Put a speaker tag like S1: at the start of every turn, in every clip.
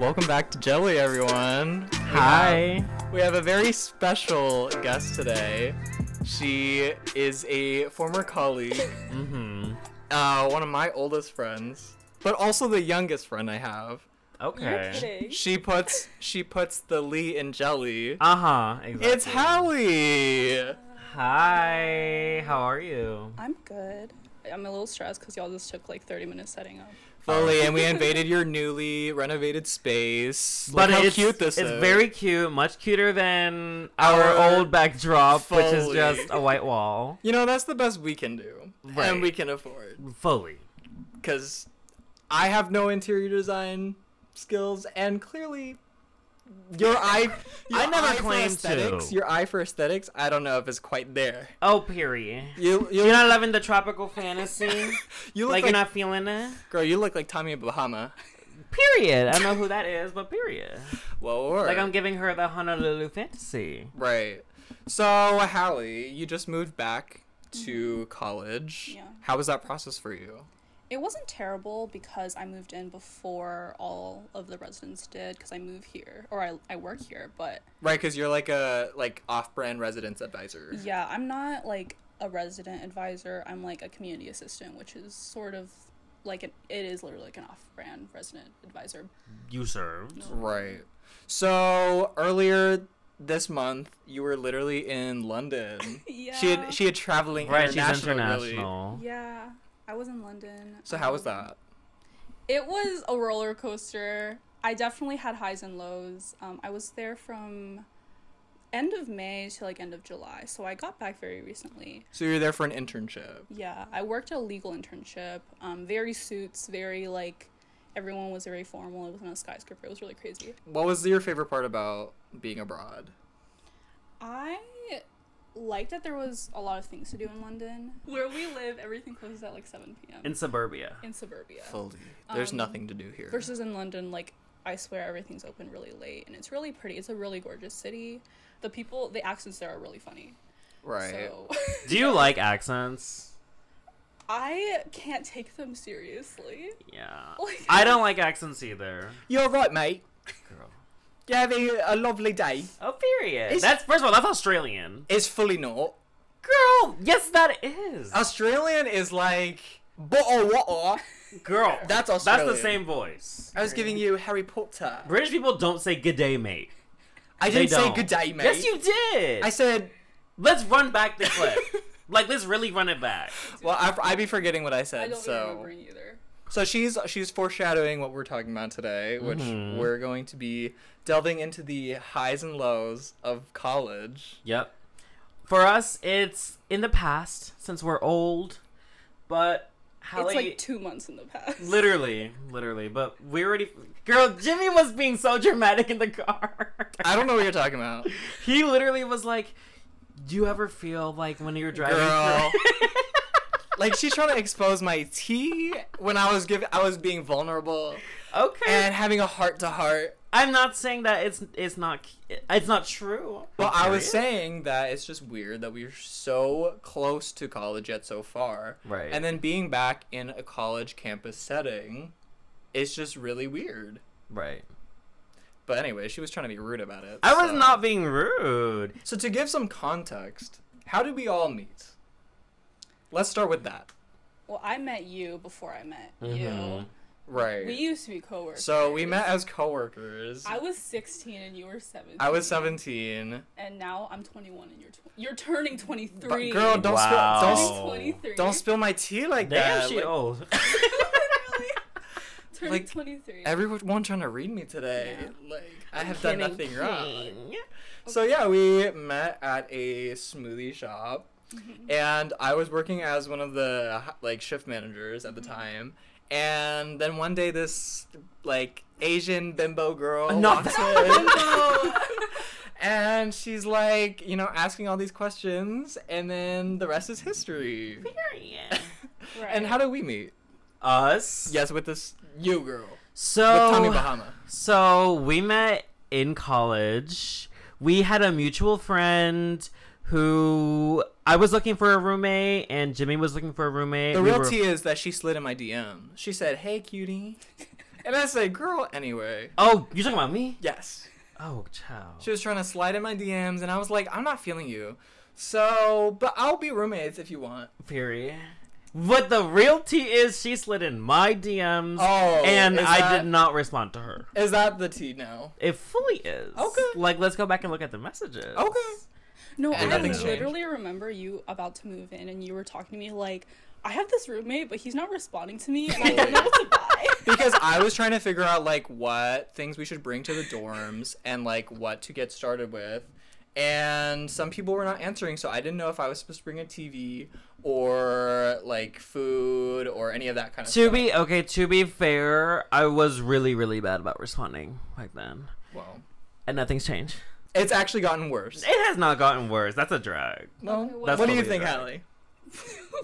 S1: Welcome back to Jelly, everyone. We
S2: Hi.
S1: have- We have a very special guest today. She is a former colleague,
S2: Mm-hmm.
S1: uh, one of my oldest friends, but also the youngest friend I have.
S2: Okay.
S1: She puts she puts the Lee in jelly.
S2: Uh huh. Exactly.
S1: It's Hallie.
S2: Hi. How are you?
S3: I'm good. I'm a little stressed because y'all just took like 30 minutes setting up.
S1: Fully, and we invaded your newly renovated space. Look
S2: but
S1: how
S2: it's
S1: cute this
S2: it's
S1: is.
S2: very cute, much cuter than our,
S1: Our-
S2: old backdrop, which is
S1: Fully.
S2: just a white wall.
S1: You know, that's the best we can do.
S2: Right.
S1: And we can afford.
S2: Fully.
S1: Because I have no interior design skills, and clearly. Your eye, your
S2: I never
S1: eye for
S2: claimed to.
S1: aesthetics, Your eye for aesthetics, I don't know if it's quite there.
S2: Oh, period.
S1: You, you,
S2: You're not loving the tropical fantasy.
S1: you look
S2: like,
S1: like,
S2: you're not feeling it.
S1: girl. You look like Tommy Bahama.
S2: Period. I don't know who that is, but period.
S1: Well, or-
S2: Like I'm giving her the Honolulu fantasy.
S1: Right. So, Hallie, you just moved back to college.
S3: Yeah.
S1: How was that process for you?
S3: It wasn't terrible because I moved in before all of the residents did because I move here or I, I work here. But
S1: Right, because you're like a like off-brand residence advisor.
S3: yeah, I'm not like a resident advisor. I'm like a community assistant, which is sort of like an, it is literally like an off brand resident advisor.
S2: You served.
S1: Right. So earlier this month, you were literally in London. She
S3: Yeah.
S1: had she had traveling
S2: Right. She's
S1: international. Really.
S2: international.
S3: Yeah, I was in London. Um,
S1: So how was that?
S3: It was a roller coaster. I definitely had highs and lows. Um, I was there from end of May to like end of July, so I got back very recently.
S1: So you were there for an internship.
S3: Yeah, I worked a legal internship. Um, very suits, very like everyone was very formal. It was in a skyscraper. It was really crazy.
S1: What was your favorite part about being abroad?
S3: I liked that there was a lot of things to do in London. Where we live, everything closes at like seven p.m.
S2: In suburbia.
S3: in suburbia.
S1: Fully. There's
S3: Um,
S1: nothing to do here.
S3: Versus in London, like I swear everything's open really late and it's really pretty. It's a really gorgeous city. The people, the accents there are really funny.
S1: right.
S3: So
S2: Do you like accents?
S3: I can't take them seriously.
S2: Yeah.
S3: Like-
S2: I don't like accents either.
S1: You're right, mate.
S2: Girl.
S1: You're having a lovely day.
S2: Oh, period.
S1: It's-
S2: That's first of all, that's Australian.
S1: It's fully not.
S2: Girl, yes, that is.
S1: Oh, Australian is like bottle water.
S2: Girl,
S1: That's
S2: That's
S1: Australian. Oh.
S2: the same voice.
S1: I was giving you Harry Potter.
S2: British people don't say good day, mate.
S1: I
S2: They
S1: didn't say
S2: don't.
S1: good day, mate.
S2: Yes, you did.
S1: I said.
S2: let's run back the clip. like, let's really run it back.
S1: Well, I, I'd be forgetting what I
S3: I
S1: said.
S3: don't
S1: so,
S3: remember either.
S1: so she's she's foreshadowing what we're talking about today, which
S2: Mm-hmm.
S1: we're going to be delving into the highs and lows of college.
S2: Yep. For us, it's in the past since we're old, but how
S3: It's like two months in the past.
S2: literally, literally. But we already, girl. Jimmy was being so dramatic in the car.
S1: I don't know what you're talking about,
S2: He literally was like, "Do you ever feel like when you're driving?"
S1: girl.
S2: through-"
S1: like she's trying to expose my tea when I was giving I was being vulnerable
S2: okay.
S1: and having a heart to heart.
S2: I'm not saying that it's it's not it's not true.
S1: Well, I was
S2: Period.
S1: saying that it's just weird that we're so close to college yet so far.
S2: Right.
S1: And then being back in a college campus setting, it's just really weird.
S2: right.
S1: But anyway, she was trying to be rude about it.
S2: I was
S1: so-
S2: not being rude.
S1: So to give some context, how did we all meet? Let's start with that.
S3: Well, I met you before I met you.
S2: Mhm.
S1: Right.
S3: We used to be coworkers.
S1: so we met as coworkers.
S3: I was 16 and you were 17.
S1: I was 17.
S3: And now I'm 21 and you're tw- you're turning 23.
S1: But girl, don't
S2: Wow.
S1: spill
S3: turning
S1: don't,
S2: Oh.
S3: 23.
S1: don't spill my tea like
S2: Damn,
S1: that.
S2: she
S1: Like,
S2: old.
S3: Literally. turning
S1: Like,
S3: 23.
S1: everyone trying to read me today. Like I have done nothing wrong.
S2: Yeah.
S1: So yeah, we met at a smoothie shop, and I was working as one of the like shift managers at the time. And then one day, this like Asian bimbo girl
S2: Not
S1: walks
S2: that
S1: in, and she's like, you know, asking all these questions, and then the rest is history.
S2: Period.
S3: Right.
S1: And how do we meet?
S2: Us.
S1: Yes, with this you girl, with Tommy
S2: So
S1: Bahama.
S2: so we met in college. We had a mutual friend who I was looking for a roommate and Jimmy was looking for a roommate.
S1: The
S2: We
S1: real
S2: were-
S1: tea is that she slid in my DM. She said, "Hey, cutie," and I said, "Girl, anyway."
S2: Oh, you're talking about me?
S1: Yes,
S2: Oh, child.
S1: she was trying to slide in my DMs, and I was like, "I'm not feeling you." So, but I'll be roommates if you want.
S2: Period. What the real tea is, she slid in my DMs,
S1: Oh,
S2: and
S1: is
S2: I
S1: that-
S2: did not respond to her.
S1: Is that the tea now?
S2: It fully is.
S1: Okay.
S2: Like, let's go back and look at the messages.
S1: Okay.
S3: No, I
S1: And nothing's changed.
S3: literally remember you about to move in and you were talking to me like, I have this roommate, but he's not responding to me, and I don't know what to buy.
S1: because I was trying to figure out like what things we should bring to the dorms and like what to get started with. And some people were not answering, so I didn't know if I was supposed to bring a TV or like food or any of that kind of
S2: To
S1: stuff.
S2: be okay, to be fair, I was really, really bad about responding back then,
S1: well,
S2: and nothing's changed.
S1: it's actually gotten worse.
S2: It has not gotten worse. That's a drag.
S1: No,
S3: Okay,
S1: what
S3: That's
S1: do you
S2: probably
S1: think,
S2: right.
S1: Hallie?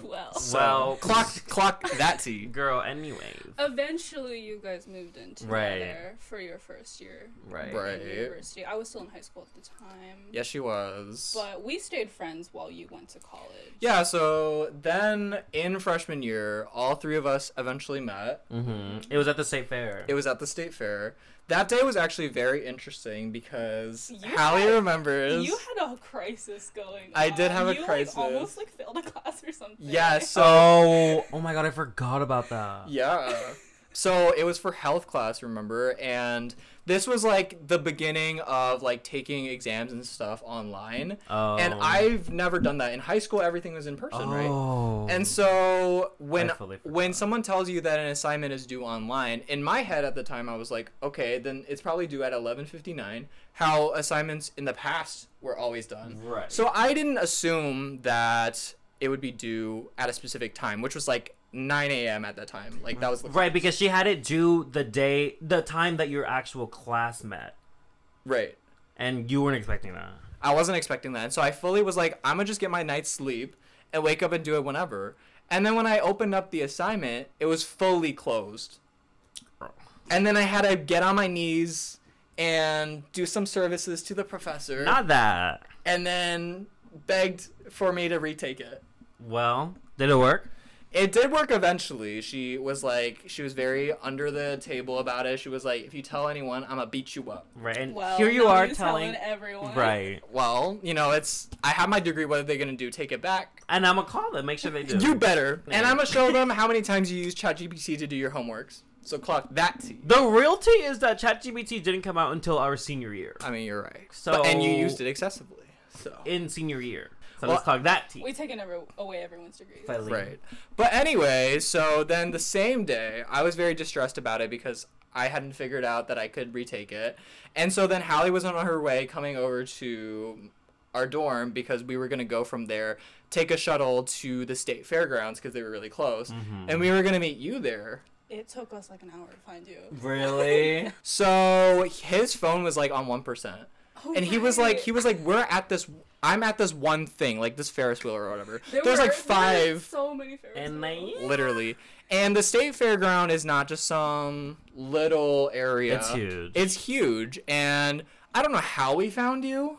S3: well,
S2: Well-
S1: clock clock that tea.
S2: Girl, anyway.
S3: eventually you guys moved in together
S2: Right.
S3: for your first year
S2: Right.
S1: Right.
S3: at university. I was still in high school at the time.
S1: Yes, she was.
S3: But we stayed friends while you went to college.
S1: yeah, so then in freshman year, all three of us eventually met.
S2: hmm It was at the state fair.
S1: It was at the state fair. That day was actually very interesting because
S3: You
S1: Hallie
S3: had-
S1: remembers.
S3: You had a crisis going on.
S1: I did have a
S3: you,
S1: crisis.
S3: Like, almost like failed a class or something.
S1: yeah, so
S2: oh, oh my god, I forgot about that.
S1: yeah. So it was for health class, remember? And this was like the beginning of like taking exams and stuff online.
S2: Oh.
S1: And I've never done that. In high school everything was in person, right?
S2: Oh.
S1: And so when
S2: I fully
S1: when
S2: forgot.
S1: someone tells you that an assignment is due online, in my head at the time I was like, okay, then it's probably due at 11:59. How assignments in the past were always done.
S2: Right.
S1: So I didn't assume that it would be due at a specific time, which was like 9 a.m. at that time. Like that was the
S2: Right, because she had it due the day, the time that your actual class met,
S1: right.
S2: and you weren't expecting that.
S1: I wasn't expecting that, and so I fully was like, I'm gonna just get my night's sleep and wake up and do it whenever. And then when I opened up the assignment, it was fully closed. And then I had to get on my knees and do some services to the professor,
S2: Not that.
S1: and then begged for me to retake it.
S2: Well, did it work?
S1: It did work eventually. She was like, she was very under the table about it. She was like, if you tell anyone, I'm gonna beat you up.
S2: Right. And
S3: Well,
S2: here you
S3: now
S2: are
S3: you're
S2: telling.
S3: everyone.
S2: Right.
S1: Well, you know, it's, I have my degree. What are they gonna do? Take it back?
S2: And I'm going to call them, make sure they do.
S1: You better. And
S2: Yeah.
S1: I'm gonna show them how many times you use ChatGPT to do your homeworks. So clock that T.
S2: The realty is that ChatGPT didn't come out until our senior year.
S1: I mean, you're right. So
S2: So-
S1: and you used it excessively. So
S2: In senior year. So
S1: Well,
S2: let's talk that tea.
S3: We taken every- away everyone's degrees.
S2: Failing.
S1: right. But anyway, so then the same day, I was very distressed about it because I hadn't figured out that I could retake it. And so then Hallie was on her way coming over to our dorm because we were going to go from there, take a shuttle to the state fairgrounds because they were really close. And we were going to meet you there.
S3: It took us like an hour to find you.
S2: Really?
S1: So his phone was like on 1%.
S3: Oh,
S1: and he was like
S3: right.
S1: he was like we're at this i'm at this one thing like this ferris wheel or whatever
S3: There
S1: there's
S3: were-
S1: like
S3: there were
S1: five
S3: so many Ferris
S2: And they-
S3: wheels.
S1: literally and the state fairground is not just some little area
S2: It's huge.
S1: it's huge and i don't know how we found you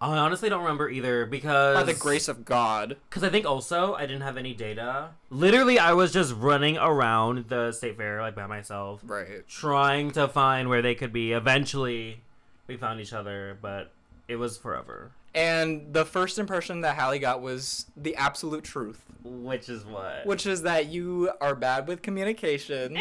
S2: I honestly don't remember either because.
S1: by the grace of god
S2: Because I think also I didn't have any data. Literally, I was just running around the state fair like by myself,
S1: right
S2: trying to find where they could be. Eventually, we found each other, but it was forever.
S1: and the first impression that hallie got was the absolute truth
S2: Which is what.
S1: which is that you are bad with communication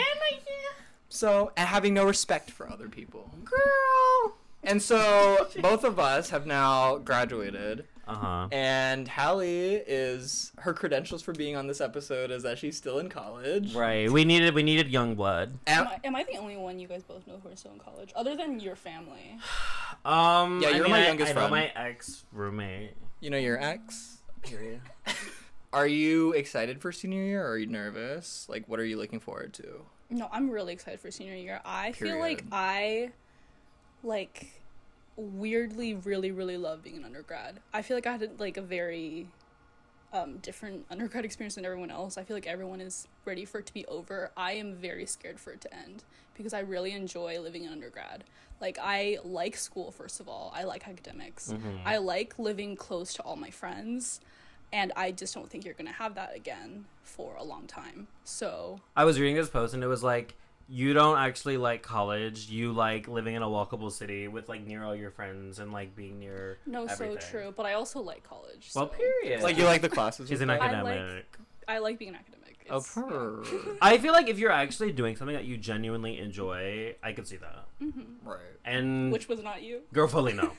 S1: so and having no respect for other people
S2: girl.
S1: And so both of us have now graduated,
S2: Uh huh.
S1: and Hallie is her credentials for being on this episode is that she's still in college.
S2: Right. We needed we needed young blood.
S1: And-
S3: Am I, am I the only one you guys both know who are still in college, other than your family?
S2: Um.
S1: Yeah,
S2: I
S1: you're
S2: mean,
S1: my
S2: I-
S1: youngest
S2: I, know
S1: friend.
S2: my ex roommate.
S1: you know your ex. Period. are you excited for senior year or are you nervous? Like, what are you looking forward to?
S3: No, I'm really excited for senior year. I feel like
S1: Period.
S3: I, like, weirdly really really love being an undergrad. I feel like I had like a very um, different undergrad experience than everyone else. I feel like everyone is ready for it to be over. I am very scared for it to end because I really enjoy living in undergrad. Like I like school first of all. I like academics. I like living close to all my friends. And I just don't think you're gonna have that again for a long time. So
S2: I was reading this post and it was like, you don't actually like college. You like living in a walkable city with like near all your friends and like being near.
S3: no,
S2: everything.
S3: so true. But I also like college.
S2: Well,
S3: so
S2: period.
S1: Like you like the classes.
S2: She's
S1: with
S2: an
S1: that?
S3: I like-
S2: academic.
S3: I like being an academic.
S1: Oh,
S3: It's- yeah.
S1: purr.
S2: I feel like if you're actually doing something that you genuinely enjoy, I could see that.
S1: right.
S2: And
S3: Which was not you.
S2: girl, fully no.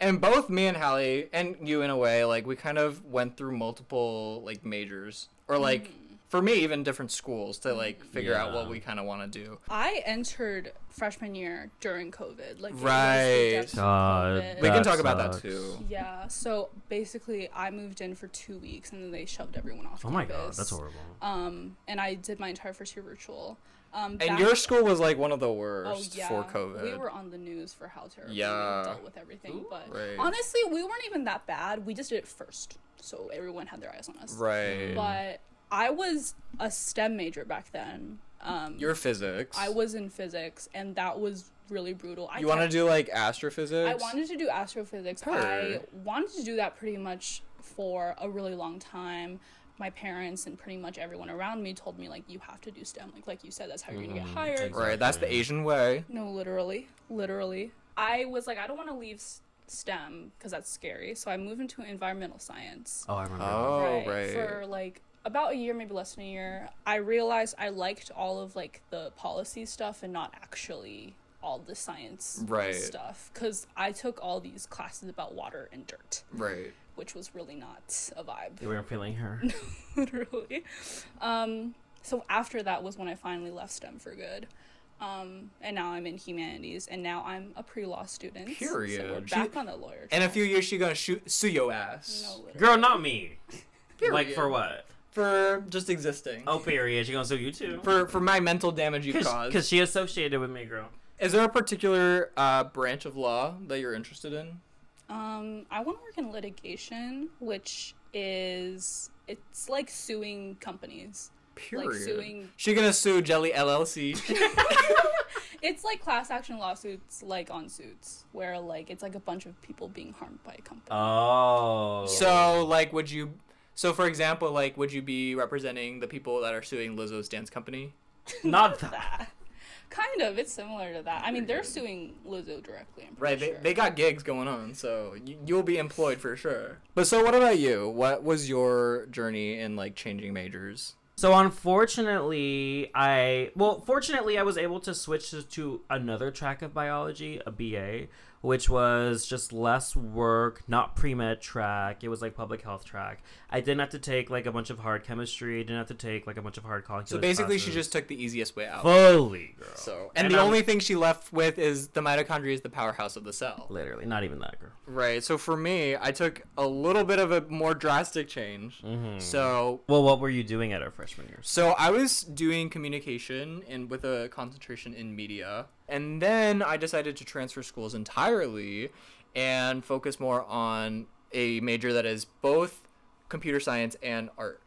S1: And both me and Hallie and you in a way, like we kind of went through multiple like majors or like
S3: Mm.
S1: for me even different schools to like figure out what
S2: Yeah.
S1: we kind of want to do.
S3: I entered freshman year during COVID. Like it was the
S1: Right.
S3: depths of
S2: God,
S3: COVID.
S1: We
S2: Uh, That
S1: can talk about that
S2: sucks.
S1: too.
S3: Yeah. So basically, I moved in for two weeks, and then they shoved everyone off.
S2: oh my
S3: campus.
S2: god, that's horrible.
S3: Um, and I did my entire first year virtual.
S1: And
S3: Um, back-
S1: your school was like one of the
S3: Oh,
S1: worst
S3: yeah.
S1: for COVID.
S3: We were on the news for how terrible
S1: Yeah.
S3: we dealt with everything. but
S1: Right.
S3: honestly, we weren't even that bad. We just did it first, so everyone had their eyes on us.
S1: right.
S3: But I was a STEM major back then. Um,
S1: Your physics.
S3: I was in physics, and that was really brutal. I
S1: you want to
S3: kept-
S1: do like astrophysics?
S3: I wanted to do astrophysics. I
S1: Purr.
S3: wanted to do that pretty much for a really long time. My parents and pretty much everyone around me told me like you have to do STEM. Like like you said, that's how you're gonna get hired.
S1: Mm-hmm. Right. That's the Asian way.
S3: No, literally, literally. I was like, I don't want to leave s- STEM because that's scary. So I moved into environmental science.
S2: Oh, I remember.
S1: Oh right.
S3: For like about a year, maybe less than a year, I realized I liked all of like the policy stuff and not actually all the science
S1: Right.
S3: stuff because I took all these classes about water and dirt,
S1: Right.
S3: which was really not a
S2: We
S3: vibe,
S2: were feeling her.
S3: literally. Um, so after that was when I finally left STEM for good. Um, and now I'm in humanities, and now I'm a pre-law student. So we're
S1: Period. She-
S3: back on the lawyer.
S1: In a
S3: track.
S1: few years, she gonna shoot sue your ass
S3: No, literally.
S2: Girl, not me. Like
S1: Period.
S2: for what?
S1: for just existing.
S2: Oh, period. She gonna sue you too.
S1: For for my mental damage you caused.
S2: Because she associated with me, girl.
S1: Is there a particular uh, branch of law that you're interested in?
S3: Um, I want to work in litigation, which is it's like suing companies.
S1: Period.
S3: suing-
S1: She gonna sue Jelly LLC.
S3: It's like class action lawsuits, like on suits, where like it's like a bunch of people being harmed by a company.
S2: Oh.
S1: so like, would you? So for example, like, would you be representing the people that are suing Lizzo's dance company?
S2: not that.
S3: kind of, it's similar to that. I mean, they're suing Lizzo directly. I'm pretty
S1: Right. They,
S3: sure.
S1: they got gigs going on, so you, you'll be employed for sure. But so, what about you? What was your journey in like changing majors?
S2: So unfortunately, I well, fortunately, I was able to switch to, to another track of biology, a BA, which was just less work, not pre med track. It was like public health track. I didn't have to take like a bunch of hard chemistry. Didn't have to take like a bunch of hard calculus.
S1: So basically, she
S2: classes.
S1: just took the easiest way out.
S2: fully girl.
S1: so, and,
S2: And
S1: the
S2: I'm-
S1: only thing she left with is the mitochondria is the powerhouse of the cell.
S2: literally not even that girl.
S1: Right. So for me, I took a little bit of a more drastic change. So
S2: Well, what were you doing at our freshman year?
S1: so I was doing communication and with a concentration in media. And then I decided to transfer schools entirely and focus more on a major that is both computer science and art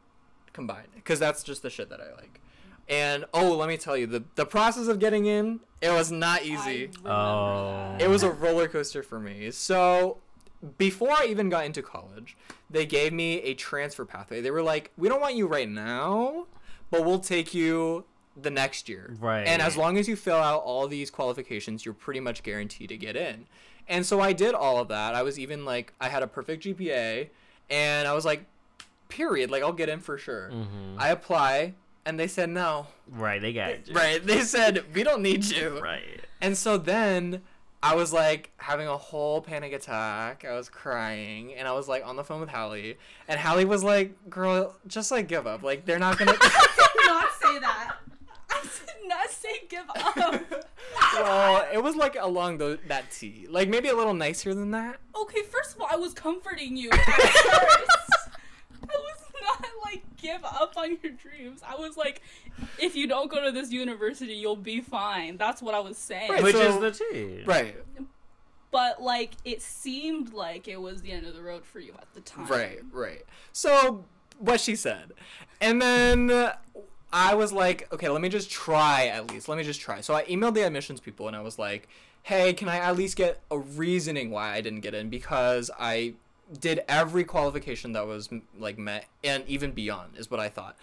S1: combined because that's just the shit that I like. And oh, let me tell you, the the process of getting in, it was not
S3: I
S1: easy. Uh.
S3: remember
S2: Oh.
S3: that.
S1: It was a roller coaster for me. So before I even got into college, they gave me a transfer pathway. They were like, "We don't want you right now, but we'll take you the next year."
S2: Right.
S1: And as long as you fill out all these qualifications, you're pretty much guaranteed to get in. And so I did all of that. I was even like I had a perfect GPA and I was like, "Period, like I'll get in for sure." I apply and they said no.
S2: Oh, Right, they got you.
S1: Right. They said, "We don't need you."
S2: right.
S1: And so then I was like having a whole panic attack. I was crying and I was like on the phone with Hallie. And Hallie was like, girl, just like give up. Like they're not gonna
S3: I did not say that. I did not say give up.
S1: Well, it was like along tho- that T. Like maybe a little nicer than that.
S3: Okay, first of all, I was comforting you at first. I was not like give up on your dreams. I was like, if you don't go to this university, you'll be fine. That's what I was saying.
S1: Right.
S2: Which
S1: So-
S2: is the tea.
S1: Right.
S3: but like it seemed like it was the end of the road for you at the time.
S1: Right, right. So what she said, and then uh, I was like, okay, let me just try at least. Let me just try. So I emailed the admissions people and I was like, hey, can I at least get a reasoning why I didn't get in because I did every qualification that was m- like met and even beyond is what I thought.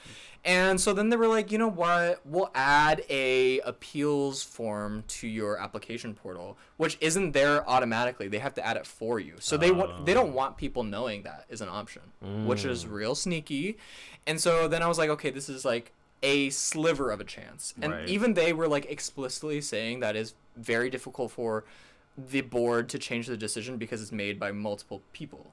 S1: And so then they were like, you know what? We'll add a appeals form to your application portal, which isn't there automatically. They have to add it for you. So they want they don't want people knowing that is an option, which is real sneaky. And so then I was like, okay, this is like a sliver of a chance. And
S2: Right.
S1: even they were like explicitly saying that is very difficult for the board to change the decision because it's made by multiple people.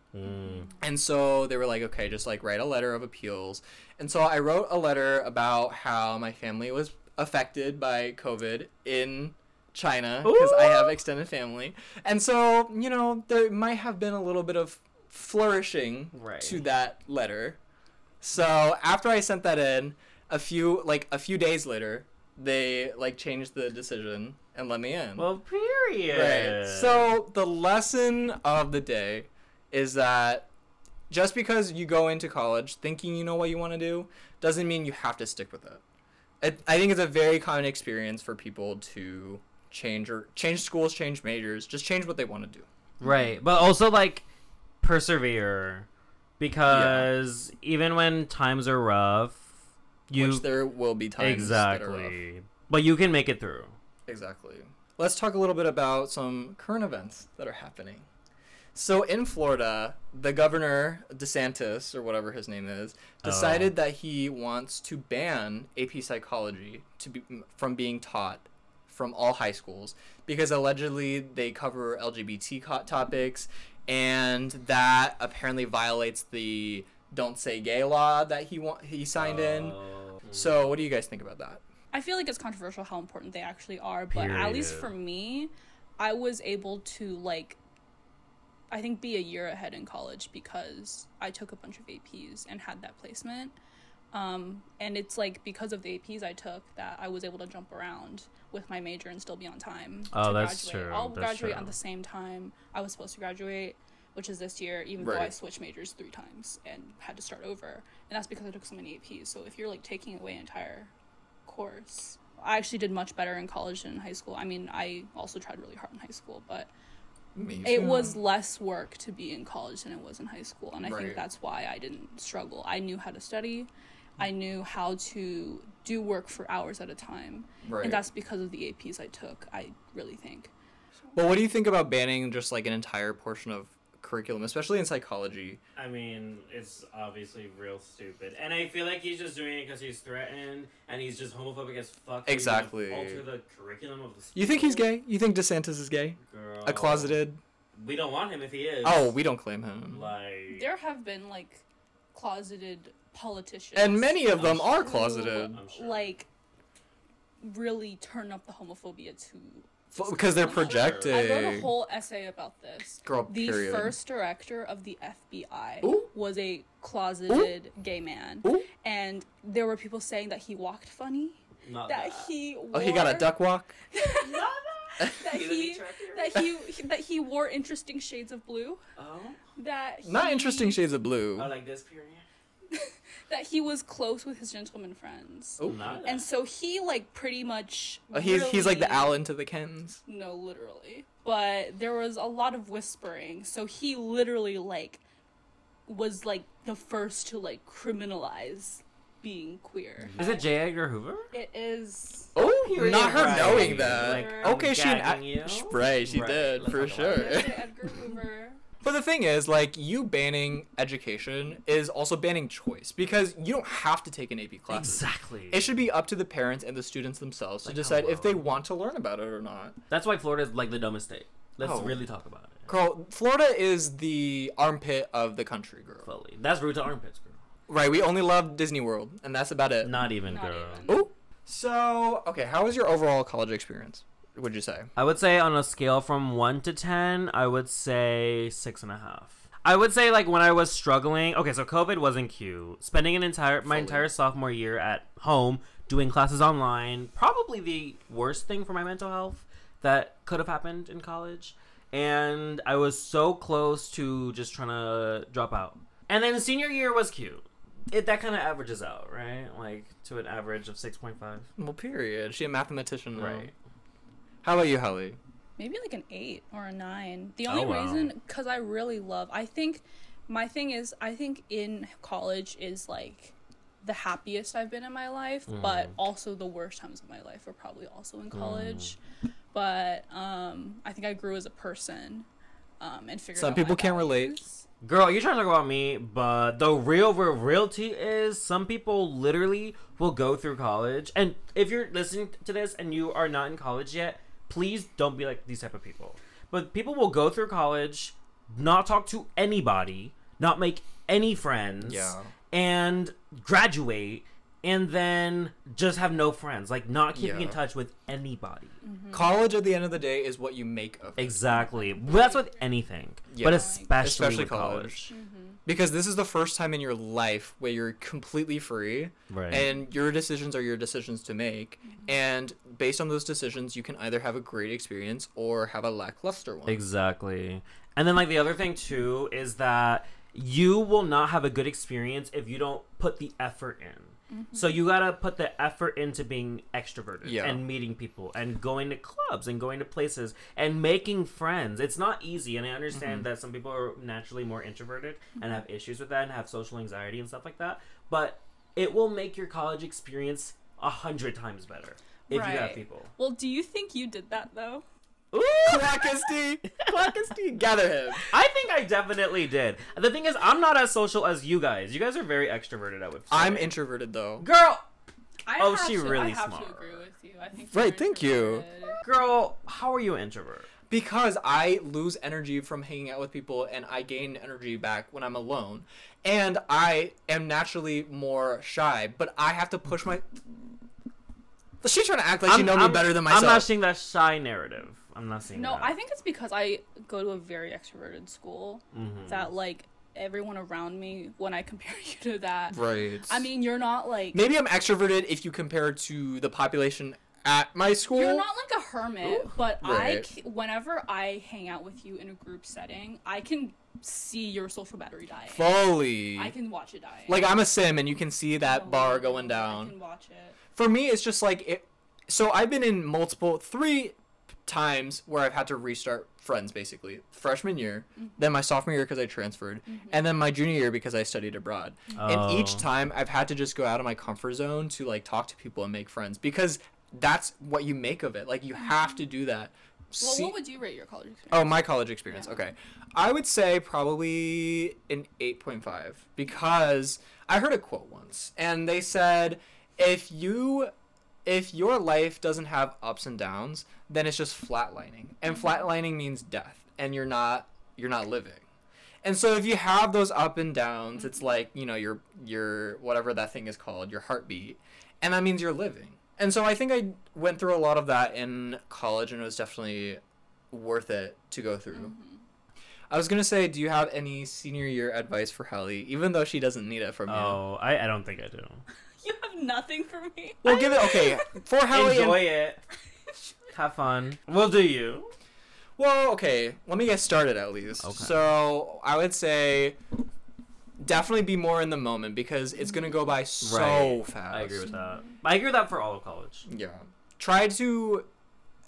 S1: And so they were like, okay, just like write a letter of appeals. And so I wrote a letter about how my family was affected by COVID in China because I have extended family. And so, you know, there might have been a little bit of flourishing
S2: Right.
S1: to that letter. So after I sent that in, a few like a few days later, they like changed the decision and let me in.
S2: Well, period.
S1: Right. So the lesson of the day is that just because you go into college thinking you know what you want to do doesn't mean you have to stick with it. it. I think it's a very common experience for people to change or change schools, change majors, just change what they want to do.
S2: Right, but also like persevere because even when times are rough, you
S1: Which there will be times that are rough.
S2: exactly, but you can make it through.
S1: Exactly. Let's talk a little bit about some current events that are happening. So in Florida, the governor DeSantis or whatever his name is decided that he wants to ban AP psychology to be from being taught from all high schools because allegedly they cover LGBT co- topics and that apparently violates the don't say gay law that he wa- he signed in. So what do you guys think about that?
S3: I feel like it's controversial how important they actually are, but at least
S2: Period.
S3: for me, I was able to like I think be a year ahead in college because I took a bunch of APs and had that placement. Um, and it's like because of the APs I took that I was able to jump around with my major and still be on time.
S2: Oh,
S3: to
S2: that's
S3: graduate.
S2: true.
S3: I'll
S2: That's
S3: graduate
S2: true.
S3: at the same time I was supposed to graduate, which is this year, even though I
S1: Right.
S3: switched majors three times and had to start over. And that's because I took so many APs. So if you're like taking away an entire course. I actually did much better in college than in high school. I mean, I also tried really hard in high school, but it was less work to be in college than it was in high school. And I
S1: Right.
S3: think that's why I didn't struggle. I knew how to study, I knew how to do work for hours at a time.
S1: Right.
S3: And that's because of the APs I took, I really think.
S1: Well, what do you think about banning just like an entire portion of curriculum, especially in psychology?
S4: I mean, it's obviously real stupid, and I feel like he's just doing it because he's threatened, and he's just homophobic as fuck. He's gonna
S1: Exactly.
S4: Alter the curriculum of the. School.
S1: You think he's gay? You think DeSantis is gay?
S4: Girl,
S1: A closeted?
S4: We don't want him if he is.
S1: Oh, we don't claim him.
S4: Like.
S3: There have been like closeted politicians.
S1: And many of them are
S3: who,
S1: closeted
S4: I'm sure.
S3: Like, really turn up the homophobia to
S1: because they're
S3: I wrote a
S1: projecting.
S3: whole essay about this.
S1: Girl,
S3: the
S1: period.
S3: first director of the FBI
S1: Ooh.
S3: was a closeted gay man,
S1: Ooh.
S3: and there were people saying that he walked funny,
S4: not
S3: that he wore,
S1: Oh, he got a duck walk.
S3: that
S4: He's an
S3: he
S4: attractor.
S3: that he that he wore interesting shades of blue,
S4: Oh,
S3: that
S1: Not
S3: he-
S1: interesting shades of blue.
S4: oh, like this period.
S3: that he was close with his gentleman friends,
S1: Oh,
S4: Not
S3: and so he like pretty much
S1: Oh, he's he's like the
S3: really-
S1: Allen to the Kens.
S3: No, literally. But there was a lot of whispering, so he literally like was like the first to like criminalize being queer.
S2: Is it J. Edgar Hoover?
S3: It is
S1: Mm-hmm. Oh,
S4: Period.
S1: not her
S4: Right.
S1: knowing that.
S2: Like,
S3: Like,
S2: I'm
S1: okay, she
S2: gagging you?
S1: an spray. She
S4: Right,
S1: did
S4: let's
S1: for
S4: not lie.
S1: sure.
S3: Edgar Hoover.
S1: But the thing is, like, you banning education is also banning choice because you don't have to take an AP class.
S2: Exactly.
S1: It should be up to the parents and the students themselves to
S2: Like,
S1: decide if they
S2: hello.
S1: want to learn about it or not.
S2: That's why Florida is like the dumbest state. Let's
S1: Oh.
S2: really talk about it.
S1: Girl, Florida is the armpit of the country, girl.
S2: Fully. That's rude to armpits, girl.
S1: Right, we only love Disney World, and that's about it.
S2: Not even,
S3: Not
S2: girl.
S3: even.
S1: Oh, so okay, how was your overall college experience? Would you say?
S2: I would say on a scale from one to ten, I would say six and a half. I would say like when I was struggling. Okay, so COVID wasn't cute. Spending an entire my
S1: Fully.
S2: entire sophomore year at home doing classes online, probably the worst thing for my mental health that could have happened in college. and I was so close to just trying to drop out. And then senior year was cute. It that kind of averages out, right? Like to an average of six point five.
S1: Well, period. She a mathematician, now.
S2: Right.
S1: How about you, Holly?
S3: maybe like an eight or a nine. The only
S2: Oh, wow.
S3: reason, because I really love, I think my thing is, I think in college is like the happiest I've been in my life,
S2: Mm.
S3: but also the worst times of my life were probably also in college. But um, I think I grew as a person um, and figured
S1: Some
S3: out
S1: people
S3: my
S1: can't relate.
S3: values.
S2: Girl, you're trying to talk about me, but the real real realty is some people literally will go through college. And if you're listening to this and you are not in college yet, please don't be like these type of people. But people will go through college, not talk to anybody, not make any friends,
S1: Yeah.
S2: and graduate and then just have no friends, like not keeping in
S1: Yeah.
S2: touch with anybody.
S1: College at the end of the day is what you make of it.
S2: Exactly. That's with anything,
S1: Yeah.
S2: but especially,
S1: Especially
S2: with
S1: college.
S2: college.
S1: Because this is the first time in your life where you're completely free.
S2: Right.
S1: And your decisions are your decisions to make. And based on those decisions, you can either have a great experience or have a lackluster one.
S2: Exactly. And then like the other thing too is that you will not have a good experience if you don't put the effort in. So you gotta put the effort into being extroverted
S1: Yeah.
S2: and meeting people and going to clubs and going to places and making friends. It's not easy, and I understand that some people are naturally more introverted and have issues with that and have social anxiety and stuff like that. But it will make your college experience a hundred times better if you have
S3: Right.
S2: people.
S3: Well, do you think you did that though?
S1: Clackisty! Clackisty! Gather him!
S2: I think I definitely did. The thing is, I'm not as social as you guys. You guys are very extroverted. I would. Say.
S1: I'm introverted though.
S2: girl.
S3: I
S2: Oh,
S3: have
S2: she
S3: to,
S2: really
S3: I have
S2: smart.
S3: to agree with you. I think
S1: Right,
S3: you're
S1: thank you.
S3: introverted.
S2: Girl, how are you an introvert?
S1: because I lose energy from hanging out with people and I gain energy back when I'm alone. And I am naturally more shy, but I have to push my. She's trying to act like she
S2: I'm-
S1: knows me
S2: I'm-
S1: better than
S2: I'm not
S1: myself.
S2: seeing that shy narrative. I'm not seeing.
S3: No,
S2: that.
S3: I think it's because I go to a very extroverted school
S1: Mm-hmm.
S3: that like everyone around me when I compare you to that.
S1: right.
S3: I mean, you're not like
S1: maybe I'm extroverted if you compare it to the population at my school.
S3: you're not like a hermit, but I
S1: Right.
S3: c- whenever I hang out with you in a group setting, I can see your social battery dying.
S1: fully.
S3: I can watch it dying.
S1: like I'm a sim, and you can see that bar going
S3: I can
S1: down.
S3: watch it.
S1: For me, it's just like it. So I've been in multiple three times where I've had to restart friends basically. Freshman year,
S3: Mm-hmm.
S1: then my sophomore year because I transferred, and then my junior year because I studied abroad. And each
S2: Oh.
S1: time I've had to just go out of my comfort zone to like talk to people and make friends because that's what you make of it. Like you have to do that.
S3: Mm-hmm. Well,
S1: See-
S3: what would you rate your college experience?
S1: Oh, my college experience.
S3: Yeah.
S1: Okay. I would say probably an 8.5 because I heard a quote once and they said if you if your life doesn't have ups and downs, then it's just flatlining. And flatlining means death and you're not you're not living. And so if you have those up and downs, it's like, you know, your your whatever that thing is called, your heartbeat, and that means you're living. And so I think I went through a lot of that in college and it was definitely worth it to go through.
S2: Mm-hmm.
S1: I was gonna say, do you have any senior year advice for Hallie, even though she doesn't need it from you?
S2: Oh, I, I don't think I do.
S3: You have nothing for me.
S1: Oh. Well, give it okay for Hallie. and-
S2: Enjoy it. Have fun. We'll do you.
S1: well, okay, let me get started at least.
S2: Okay.
S1: So I would say definitely be more in the moment because it's gonna go by so
S2: Right.
S1: fast.
S2: I agree with that. I agree with that for all of college.
S1: Yeah. Try to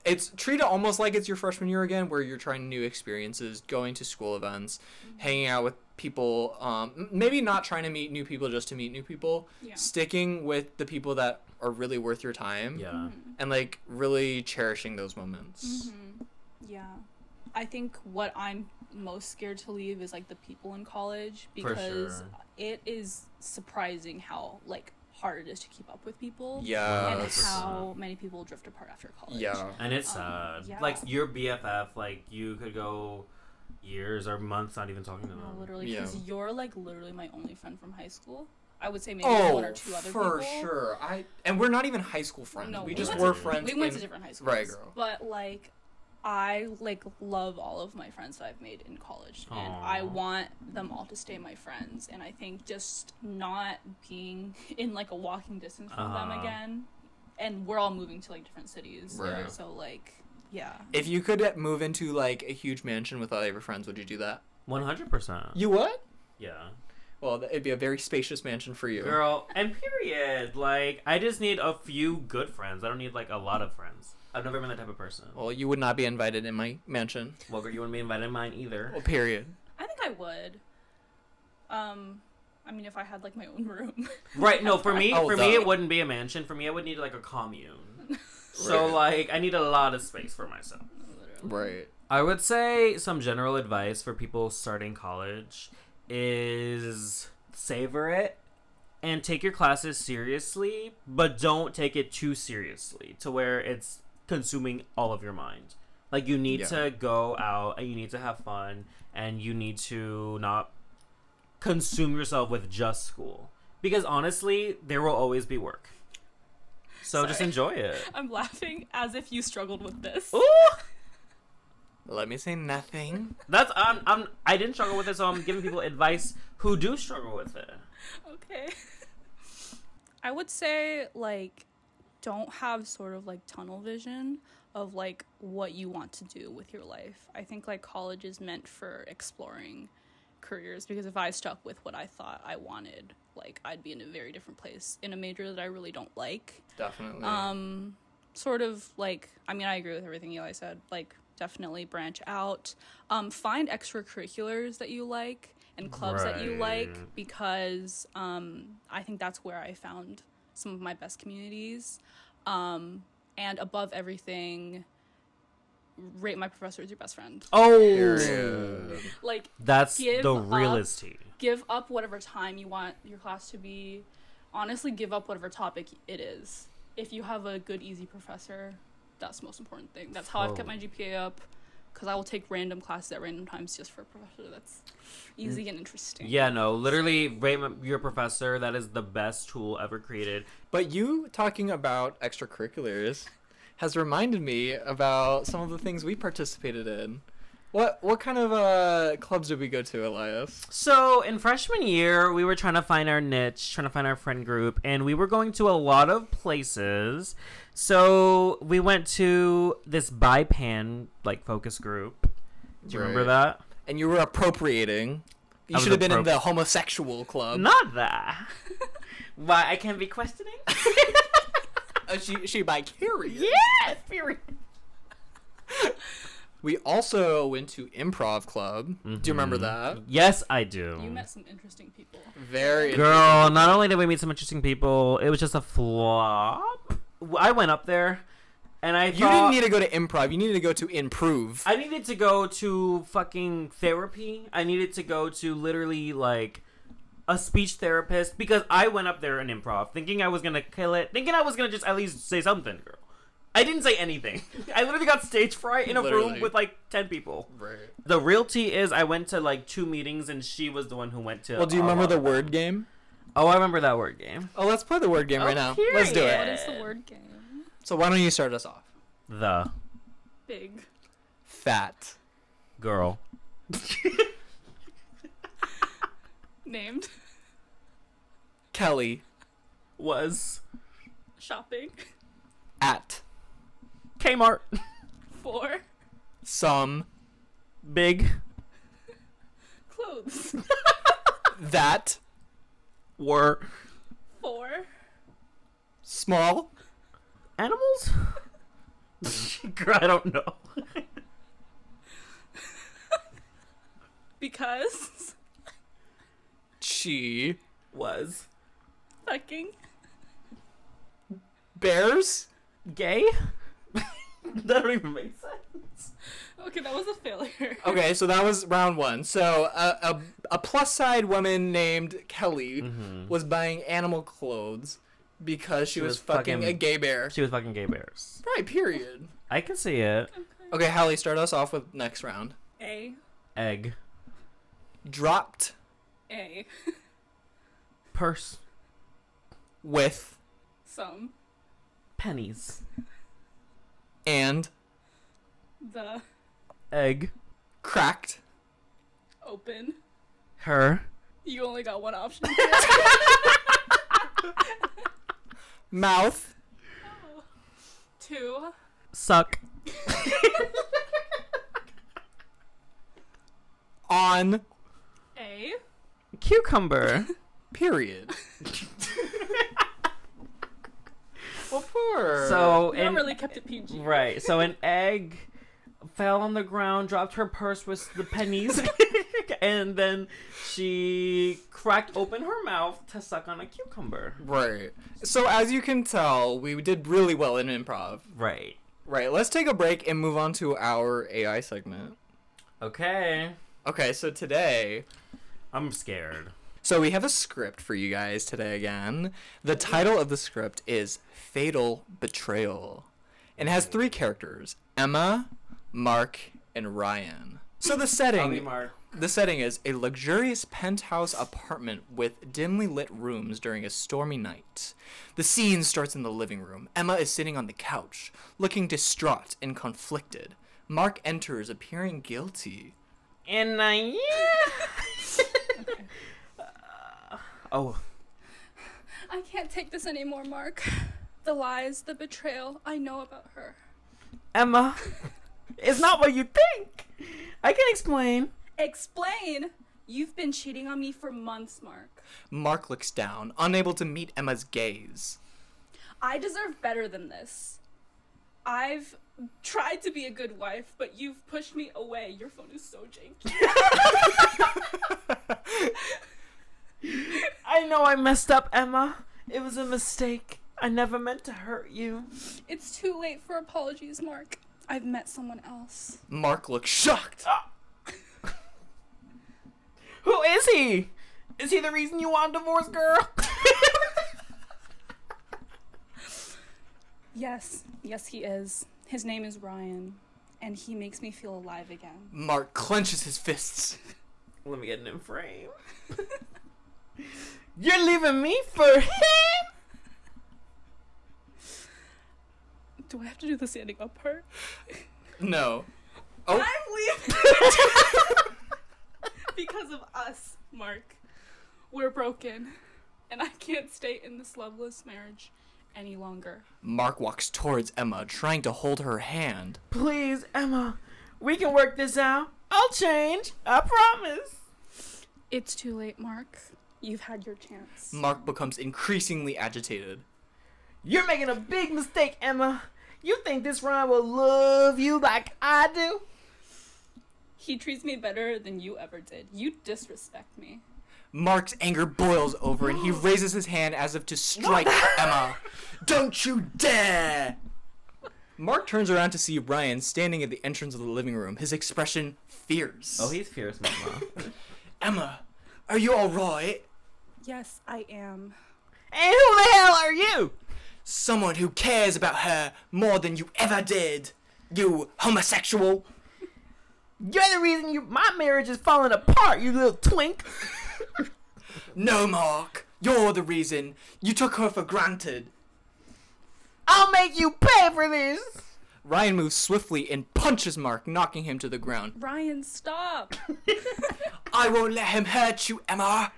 S1: it's treat it almost like it's your freshman year again where you're trying new experiences, going to school events,
S3: Mm-hmm.
S1: hanging out with people, um m- maybe not trying to meet new people just to meet new people,
S3: Yeah.
S1: sticking with the people that are really worth your time
S2: Yeah.
S1: and like really cherishing those moments.
S3: Mm-hmm. Yeah. I think what I'm most scared to leave is like the people in college because
S2: sure.
S3: it is surprising how like hard it is to keep up with people.
S1: Yeah.
S3: And
S2: Yes.
S3: how many people drift apart after college.
S1: Yeah.
S2: And it's sad.
S3: Um, yeah.
S2: Like your BFF, like you could go years or months not even talking to
S3: No,
S2: them.
S3: Uh, literally, because
S1: Yeah.
S3: you're like literally my only friend from high school. I would say maybe one
S1: Oh,
S3: or two other
S1: for
S3: people.
S1: sure. I and we're not even high school friends.
S3: No,
S1: we,
S3: we
S1: just
S3: went
S1: were
S2: to-
S1: friends.
S3: We went
S1: in-
S3: to different high schools.
S1: Right, girl.
S3: But like I like love all of my friends that I've made in college and
S2: Aw.
S3: I want them all to stay my friends and I think just not being in like a walking distance from
S2: Uh-huh.
S3: them again and we're all moving to like different cities.
S1: Right.
S3: So like Yeah.
S1: If you could move into like a huge mansion with all your friends, would you do that?
S2: One hundred percent.
S1: You would?
S2: Yeah.
S1: Well, th- it'd be a very spacious mansion for you.
S2: Girl, and period. Like, I just need a few good friends. I don't need like a lot of friends. I've never been that type of person.
S1: Well, you would not be invited in my mansion.
S2: Well, girl, you wouldn't be invited in mine either.
S1: Well, period.
S3: I think I would. Um, I mean, if I had like my own room.
S2: Right? No, for me,
S1: Oh,
S2: for me,
S1: duh.
S2: it wouldn't be a mansion. For me, I would need like a commune. So like, I need a lot of space for myself.
S1: Right.
S2: I would say some general advice for people starting college is savor it and take your classes seriously, but don't take it too seriously to where it's consuming all of your mind. Like you need
S1: Yeah.
S2: to go out and you need to have fun and you need to not consume yourself with just school because honestly, there will always be work. So just
S3: Sorry.
S2: enjoy it.
S3: I'm laughing as if you struggled with this.
S2: Ooh!
S1: Let me say nothing.
S2: That's I'm, I'm I didn't struggle with it, so I'm giving people advice who do struggle with it.
S3: Okay. I would say like don't have sort of like tunnel vision of like what you want to do with your life. I think like college is meant for exploring careers because if I stuck with what I thought I wanted, like I'd be in a very different place in a major that I really don't like.
S1: Definitely.
S3: um sort of like i mean i agree with everything eli said like definitely branch out um find extracurriculars that you like and clubs that you like
S2: Right.
S3: because um i think that's where i found some of my best communities um and above everything rate my professor as your best friend
S2: Oh,
S1: period.
S3: like
S2: that's
S3: Give
S2: the
S3: up.
S2: realest tea.
S3: give up whatever time you want your class to be honestly give up whatever topic it is if you have a good easy professor that's the most important thing that's how i've kept my gpa up because i will take random classes at random times just for a professor that's
S1: Mm.
S3: easy and interesting
S2: Yeah, no, literally, rate m- your professor. That is the best tool ever created.
S1: But you talking about extracurriculars has reminded me about some of the things we participated in. What what kind of uh, clubs did we go to, Elias?
S2: So in freshman year, we were trying to find our niche, trying to find our friend group, and we were going to a lot of places. So we went to this bipan like focus group. Do you remember
S1: Right.
S2: that?
S1: And you were appropriating. You
S2: I
S1: should
S2: was
S1: have been in
S2: appropri-
S1: the homosexual club.
S2: Not that. Why I can't be questioning?
S1: Uh, she she by Carrie.
S2: yes, period.
S1: We also went to improv club. Do you remember that?
S2: Yes, I do.
S3: you met some interesting people
S1: Very
S2: Girl, not only did we meet some interesting people, it was just a flop. W- I went up there, and I
S1: You
S2: thought
S1: didn't need to go to improv. You needed to go to improve.
S2: I needed to go to fucking therapy. I needed to go to literally like a speech therapist because I went up there in improv thinking I was gonna kill it, thinking I was gonna just at least say something, girl. I didn't say anything. I literally got stage fright in a room
S1: Literally.
S2: with like ten people.
S1: Right.
S2: The real tea is I went to like two meetings and she was the one who went to.
S1: Well, do you
S2: a
S1: remember
S2: lot
S1: the
S2: of them.
S1: word game?
S2: Oh, I remember that word game.
S1: Oh, let's play the word game right now. Let's do
S2: Oh, period.
S1: it.
S3: what is the word game
S1: So why don't you start us off?
S2: The
S3: big
S1: Fat.
S2: girl.
S3: named
S1: Kelly
S2: was
S3: shopping
S1: at
S2: Kmart.
S3: for
S1: some
S2: Big
S3: clothes
S1: that
S2: were
S3: for
S1: small
S2: animals. girl, I don't know.
S3: because
S1: she
S2: was
S3: fucking
S1: bears
S2: gay. that don't even make sense.
S3: okay that was a failure
S1: okay so that was round one so a, a, a plus side woman named kelly was buying animal clothes because Mm-hmm. she, was,
S2: was
S1: fucking,
S2: fucking-
S1: a gay bear
S2: She was fucking gay bears.
S1: right period
S2: I can see it.
S1: okay hallie start us off with next round
S3: a
S2: Egg
S1: dropped
S3: a
S2: purse
S1: with
S3: some
S2: pennies
S1: and
S3: the
S2: egg
S1: cracked
S3: open.
S2: her
S3: You only got one option.
S1: mouth
S3: Two
S2: suck.
S1: On
S3: A.
S2: Cucumber.
S1: period. well, poor.
S2: so
S3: We
S2: an-
S3: really kept it PG.
S2: right. So an egg fell on the ground, dropped her purse with the pennies, and then she cracked open her mouth to suck on a cucumber.
S1: right. So as you can tell, we did really well in improv.
S2: Right.
S1: Right. Let's take a break and move on to our AI segment.
S2: Okay.
S1: Okay. So today,
S2: I'm scared.
S1: so we have a script for you guys today again. The title of the script is Fatal Betrayal, and it has three characters: Emma, Mark, and Ryan. So the setting. The setting is a luxurious penthouse apartment with dimly lit rooms during a stormy night. The scene starts in the living room. Emma is sitting on the couch, looking distraught and conflicted. Mark enters, appearing guilty.
S2: And I. oh,
S3: I can't take this anymore, Mark. The lies, the betrayal. I know about her.
S2: Emma, it's not what you think. I can explain.
S3: Explain. You've been cheating on me for months, Mark.
S1: Mark looks down, unable to meet Emma's gaze.
S3: I deserve better than this. I've tried to be a good wife, but you've pushed me away. Your phone is so janky.
S2: I know I messed up, Emma. It was a mistake. I never meant to hurt you.
S3: It's too late for apologies, Mark. I've met someone else.
S1: Mark looks shocked.
S2: Who is he? Is he the reason you want a divorce, girl?
S3: Yes, yes, he is. His name is Ryan, and he makes me feel alive again.
S1: Mark clenches his fists.
S2: Let me get in frame. You're leaving me for him?
S3: Do I have to do the standing up part?
S1: No. Oh,
S3: I'm leaving because of us, Mark. We're broken, and I can't stay in this loveless marriage any longer.
S1: Mark walks towards Emma, trying to hold her hand.
S2: Please, Emma, we can work this out. I'll change. I promise.
S3: It's too late, Mark. You've had your chance.
S1: Mark becomes increasingly agitated.
S2: You're making a big mistake, Emma. You think this Ryan will love you like I do?
S3: He treats me better than you ever did. You disrespect me.
S1: Mark's anger boils over and he raises his hand as if to strike Emma. Don't you dare! Mark turns around to see Ryan standing at the entrance of the living room, his expression fierce.
S2: Oh, he's fierce, Mama.
S1: Emma, are you alright?
S3: Yes, I am.
S2: and who the hell are you?
S1: Someone who cares about her more than you ever did, you homosexual!
S2: You're the reason you my marriage is falling apart, you little twink.
S1: No, Mark, you're the reason. You took her for granted.
S2: I'll make you pay for this.
S1: Ryan moves swiftly and punches Mark, knocking him to the ground.
S3: Ryan, stop!
S1: I won't let him hurt you, Emma.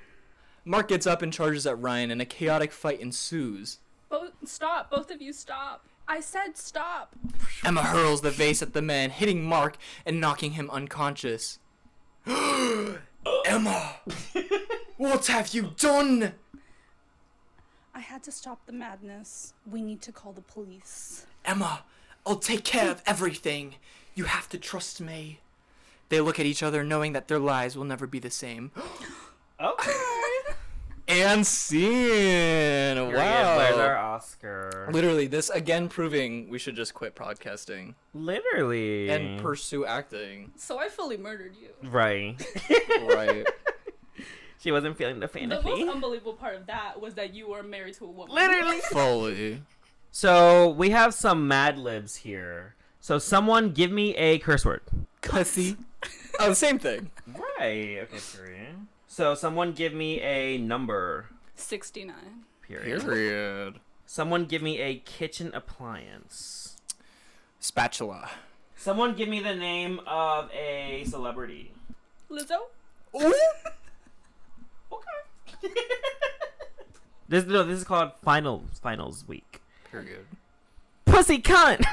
S1: Mark gets up and charges at Ryan, and a chaotic fight ensues.
S3: Both stop, both of you stop. I said stop.
S1: Emma hurls the vase at the man, hitting Mark and knocking him unconscious. Emma! what have you done?
S3: I had to stop the madness. We need to call the police.
S1: Emma, I'll take care of everything. You have to trust me. They look at each other, knowing that their lives will never be the same. And scene!
S2: Oscar.
S1: Literally, this again proving we should just quit podcasting.
S2: Literally.
S1: and pursue acting.
S3: So I fully murdered you.
S2: right.
S1: Right.
S2: She wasn't feeling the
S3: The most unbelievable part of that was that you were married to a woman.
S2: Literally.
S1: Fully.
S2: So we have some Mad Libs here. So someone give me a curse word.
S1: Cussy. Oh, same thing.
S2: Right. Okay. So someone give me a number.
S3: 69.
S2: Period.
S1: Period.
S2: Someone give me a kitchen appliance.
S1: Spatula.
S2: Someone give me the name of a celebrity.
S3: Lizzo?
S2: Okay. this no, this is called finals finals week.
S1: Period.
S2: Pussy cunt.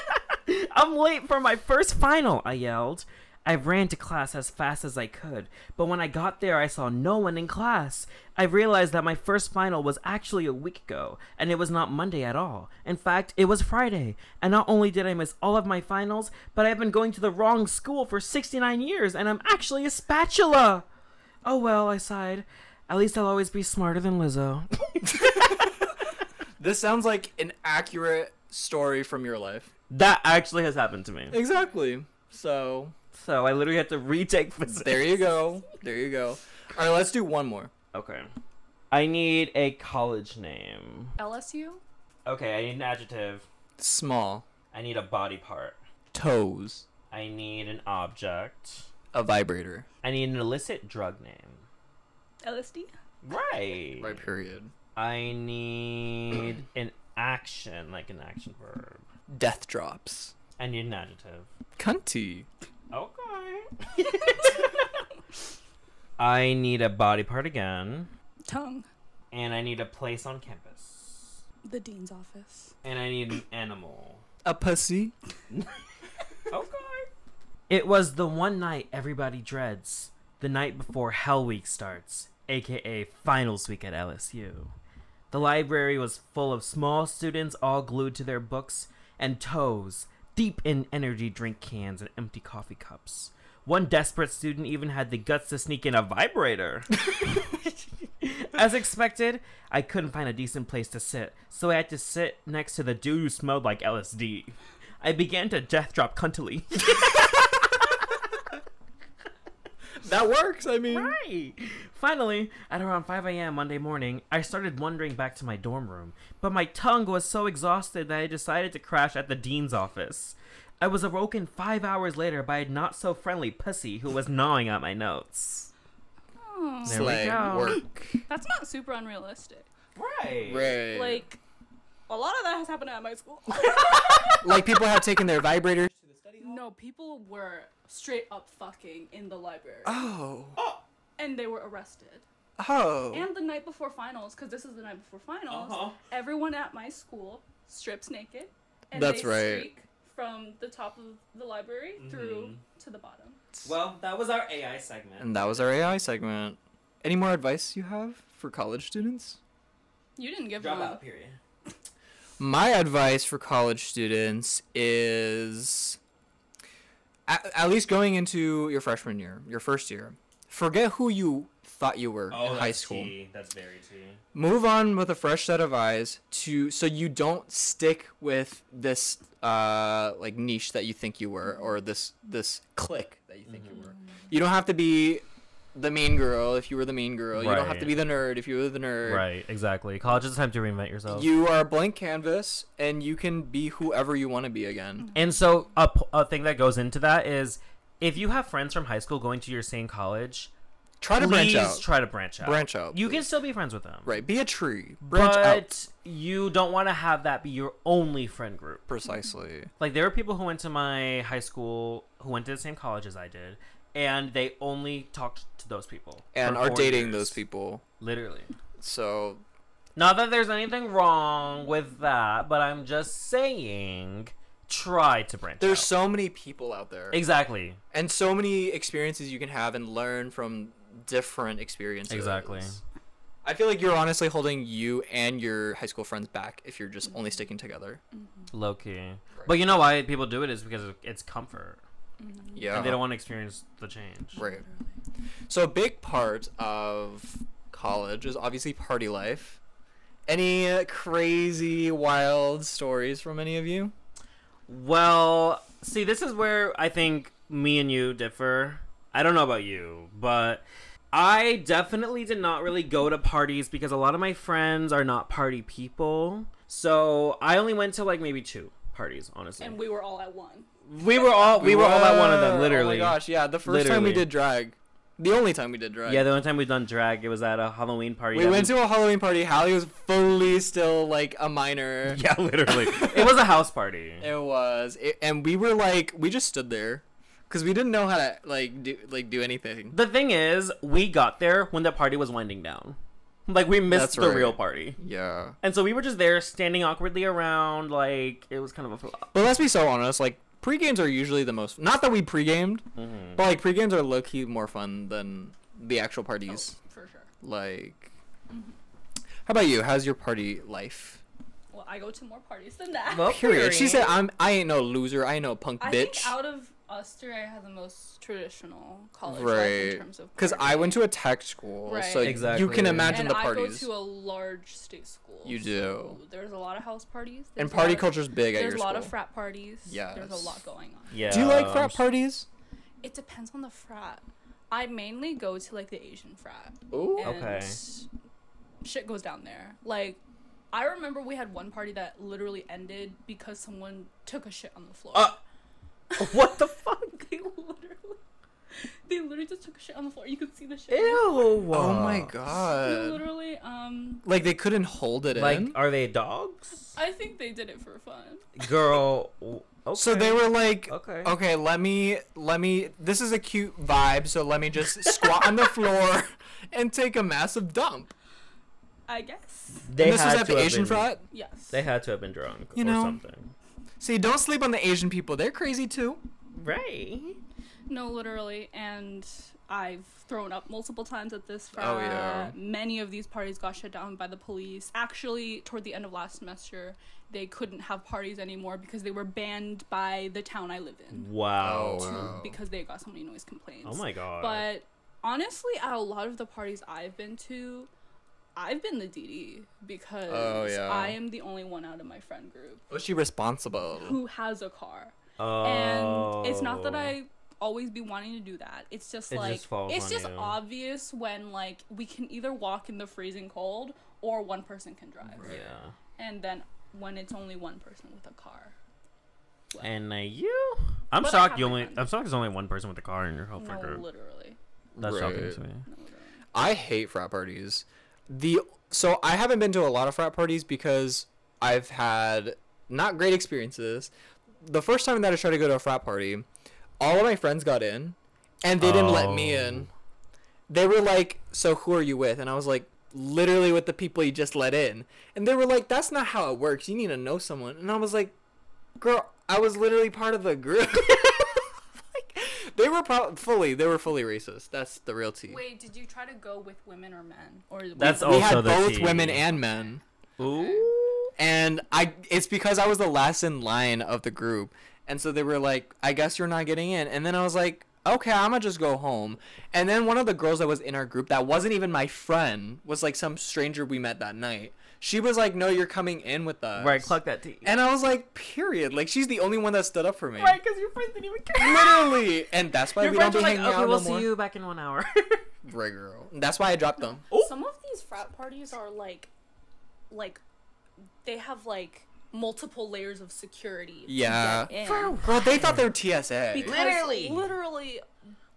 S2: I'm late for my first final, I yelled. I ran to class as fast as I could, but when I got there, I saw no one in class. I realized that my first final was actually a week ago, and it was not Monday at all. In fact, it was Friday. And not only did I miss all of my finals, but I've been going to the wrong school for 69 years, and I'm actually a spatula! Oh well, I sighed. At least I'll always be smarter than Lizzo.
S1: This sounds like an accurate story from your life.
S2: that actually has happened to me.
S1: Exactly. So
S2: So I literally had to retake physics.
S1: there you go. There you go. All right, let's do one more.
S2: Okay. I need a college name.
S3: LSU?
S2: Okay, I need an adjective.
S1: Small
S2: I need a body part.
S1: toes,
S2: I need an object.
S1: a vibrator.
S2: I need an illicit drug name.
S3: LSD?
S2: Right.
S1: Right. Period.
S2: I need an action, like an action verb.
S1: Death drops.
S2: I need an adjective.
S1: Cunty.
S2: Okay. I need a body part again.
S3: Tongue.
S2: And I need a place on campus.
S3: The dean's office.
S2: And I need an animal.
S1: A pussy.
S2: Okay. It was the one night everybody dreads, the night before Hell Week starts, aka Finals Week at LSU. The library was full of small students all glued to their books and toes, deep in energy drink cans and empty coffee cups. One desperate student even had the guts to sneak in a vibrator. As expected, I couldn't find a decent place to sit, so I had to sit next to the dude who smelled like LSD. I began to death drop cuntily.
S1: That works. I mean,
S2: Right. Finally, at around 5 a.m. Monday morning, I started wandering back to my dorm room, but my tongue was so exhausted that I decided to crash at the dean's office. I was awoken five hours later by a not so friendly pussy who was gnawing at my notes.
S3: Oh,
S2: There we
S1: slay
S2: go.
S1: work.
S3: that's not super unrealistic.
S2: Right.
S1: Right.
S3: Like, a lot of that has happened at my school.
S1: like people have taken their vibrators.
S3: no, people were straight up fucking in the library,
S1: Oh.
S3: and they were arrested.
S1: Oh.
S3: And the night before finals, because this is the night before finals,
S4: Uh-huh.
S3: everyone at my school strips naked. And
S1: That's
S3: they
S1: right.
S3: Streak from the top of the library through
S4: Mm-hmm.
S3: to the bottom.
S4: Well, that was our AI segment.
S1: And that was our AI segment. Any more advice you have for college students?
S3: You didn't give
S4: Drop
S3: one.
S4: out period.
S1: my advice for college students is at, at least going into your freshman year, your first year, forget who you thought you were
S2: Oh,
S1: in high school.
S4: Tea. That's very tea.
S1: Move on with a fresh set of eyes to so you don't stick with this uh like niche that you think you were
S2: Mm-hmm.
S1: or this this clique that you think you were. You don't have to be the mean girl if you were the mean girl. You don't have to
S2: Right.
S1: be the nerd if you were the nerd.
S2: Right, exactly. College is a time to reinvent yourself.
S1: You are a blank canvas and you can be whoever you want to be again.
S2: And so a, p- a thing that goes into that is if you have friends from high school going to your same college,
S1: Try to
S2: please
S1: branch out.
S2: try to branch out.
S1: Branch out,
S2: You can
S1: please.
S2: still be friends with them.
S1: right. Be a tree. Branch
S2: But
S1: out.
S2: you don't want to have that be your only friend group.
S1: Precisely.
S2: Like there were people who went to my high school who went to the same college as I did, and they only talked to those people
S1: And
S2: for
S1: are
S2: four
S1: dating
S2: years.
S1: those people.
S2: Literally.
S1: So
S2: Not that there's anything wrong with that, but I'm just saying, try to branch.
S1: there's
S2: out.
S1: so many people out there.
S2: exactly,
S1: and so many experiences you can have and learn from different experiences.
S2: exactly.
S1: I feel like you're honestly holding you and your high school friends back if you're just only sticking together.
S2: Low key, but you know why people do it is because it's comfort,
S1: Yeah.
S2: and they don't want to experience the change.
S1: Right. So a big part of college is obviously party life. Any uh, crazy, wild stories from any of you?
S2: Well, see, this is where I think me and you differ. I don't know about you, but I definitely did not really go to parties because a lot of my friends are not party people. So I only went to like maybe two parties, honestly.
S3: And we were all at one.
S2: we were all we, were, all at one of
S1: Oh
S2: them,
S1: my
S2: literally.
S1: gosh, yeah, the first time we
S2: Literally.
S1: did drag, the only time we did drag.
S2: Yeah, the only time we've done drag, it was at a Halloween party.
S1: we
S2: that
S1: went to a Halloween party. Hallie was fully still like a minor.
S2: yeah, literally. it was a house party.
S1: It was, it, and we were like, we just stood there, cause we didn't know how to like do like do anything.
S2: The thing is, we got there when the party was winding down. Like we missed
S1: That's
S2: the
S1: right.
S2: real party.
S1: Yeah.
S2: And so we were just there standing awkwardly around, like it was kind of a flop.
S1: But let's be so honest, like pre-games are usually the most not that we pre-gamed,
S2: Mm-hmm.
S1: but like pre-games are low key more fun than the actual parties.
S3: for sure.
S1: Like How about you? How's your party life?
S3: Well, I go to more parties than that.
S2: Well,
S1: Period. She said
S2: period.
S1: I'm I ain't no loser, I ain't no punk
S3: I
S1: bitch.
S3: think out of us three, I had the most traditional college life in
S1: right.
S3: terms of
S1: Cuz I
S3: partying.
S1: went to a tech school,
S3: Right.
S1: so you
S2: Exactly.
S1: can imagine
S3: and
S1: the
S3: I
S1: parties.
S3: go to a large state school.
S1: You
S3: so
S1: do.
S3: there's a lot of house parties.
S1: and
S3: there's a
S1: party
S3: lot of-
S1: culture's big at your
S3: There's a lot
S1: school.
S3: of frat parties. There's a
S1: Yes.
S3: lot going on.
S2: Yeah.
S1: Do you like frat parties?
S3: It depends on the frat. I mainly go to like the Asian frat.
S1: Ooh.
S3: And
S2: Okay.
S3: shit goes down there. Like I remember we had one party that literally ended because someone took a shit on the floor.
S2: Uh, what the fuck?
S3: they literally They literally just took a shit on the floor. You could see the shit.
S2: Ew.
S3: on the floor.
S1: Oh my
S3: They
S1: god.
S3: literally um
S1: Like they couldn't hold it
S2: Like,
S1: in.
S2: are they dogs?
S3: I think they did it for fun.
S2: Girl. w- Okay.
S1: So they were like,
S2: Okay.
S1: okay. let me, let me, this is a cute vibe, so let me just squat on the floor and take a massive dump.
S3: I guess.
S2: They
S1: and this was
S2: had
S1: at
S2: to
S1: the
S2: have
S1: Asian
S2: been-
S1: frat.
S3: Yes.
S2: They had to have been drunk
S1: You
S2: or
S1: know.
S2: something.
S1: See, don't sleep on the Asian people. They're crazy too.
S2: Right.
S3: No, literally, and I've thrown up multiple times at this frat.
S1: Oh, yeah.
S3: Many of these parties got shut down by the police. Actually, toward the end of last semester, they couldn't have parties anymore because they were banned by the town I live in
S2: Wow.
S1: Oh,
S3: to-
S1: wow.
S3: because they got so many noise complaints.
S2: Oh my god.
S3: But honestly, at a lot of the parties I've been to, I've been the DD because
S1: Oh, yeah.
S3: I am the only one out of my friend group
S1: Was she responsible?
S3: who has a car
S2: oh.
S3: and it's not that I always be wanting to do that. It's just
S2: It
S3: like
S2: just falls
S3: it's
S2: on
S3: just
S2: you.
S3: obvious when like we can either walk in the freezing cold or one person can drive.
S2: Oh. Yeah.
S3: And then when it's only one person with a car.
S2: And uh, you? I'm
S3: But I
S2: shocked.
S3: have
S2: You
S3: my
S2: only.
S3: friends.
S2: I'm shocked. There's only one person with a car in your whole
S3: No,
S2: friend group.
S3: literally.
S2: That's shocking
S1: Right.
S2: to me.
S3: No, literally.
S1: I hate frat parties. The so I haven't been to a lot of frat parties because I've had not great experiences. The first time that I tried to go to a frat party, all of my friends got in, and they didn't let me in. They were like, "So who are you with?" And I was like, "Literally with the people you just let in." And they were like, "That's not how it works. You need to know someone." And I was like, "Girl, I was literally part of the group." Like, They were pro- fully, they were fully racist. That's the real tea.
S3: Wait, did you try to go with women or men? Or
S2: That's
S1: We
S2: also
S1: had
S2: the
S1: both
S2: tea.
S1: women and men.
S2: Ooh.
S1: And I it's because I was the last in line of the group. And so they were like, I guess you're not getting in. And then I was like, okay, I'm going to just go home. And then one of the girls that was in our group that wasn't even my friend was like some stranger we met that night. She was like, no, you're coming in with us.
S2: Right. Cluck that T.
S1: And I was like, period. Like, she's the only one that stood up for me.
S2: Right, because your friends didn't even care.
S1: Literally. And that's why
S2: Your
S1: we don't
S2: friends
S1: be
S2: were like,
S1: hanging
S2: okay,
S1: out
S2: we'll
S1: no more.
S2: see you back in one hour.
S1: Right, girl. That's why I dropped them.
S3: Some of these frat parties are like, like, they have like multiple layers of security. to
S1: Yeah.
S3: get in.
S1: Girl, they thought they were TSA.
S3: Because
S2: Literally.
S3: literally,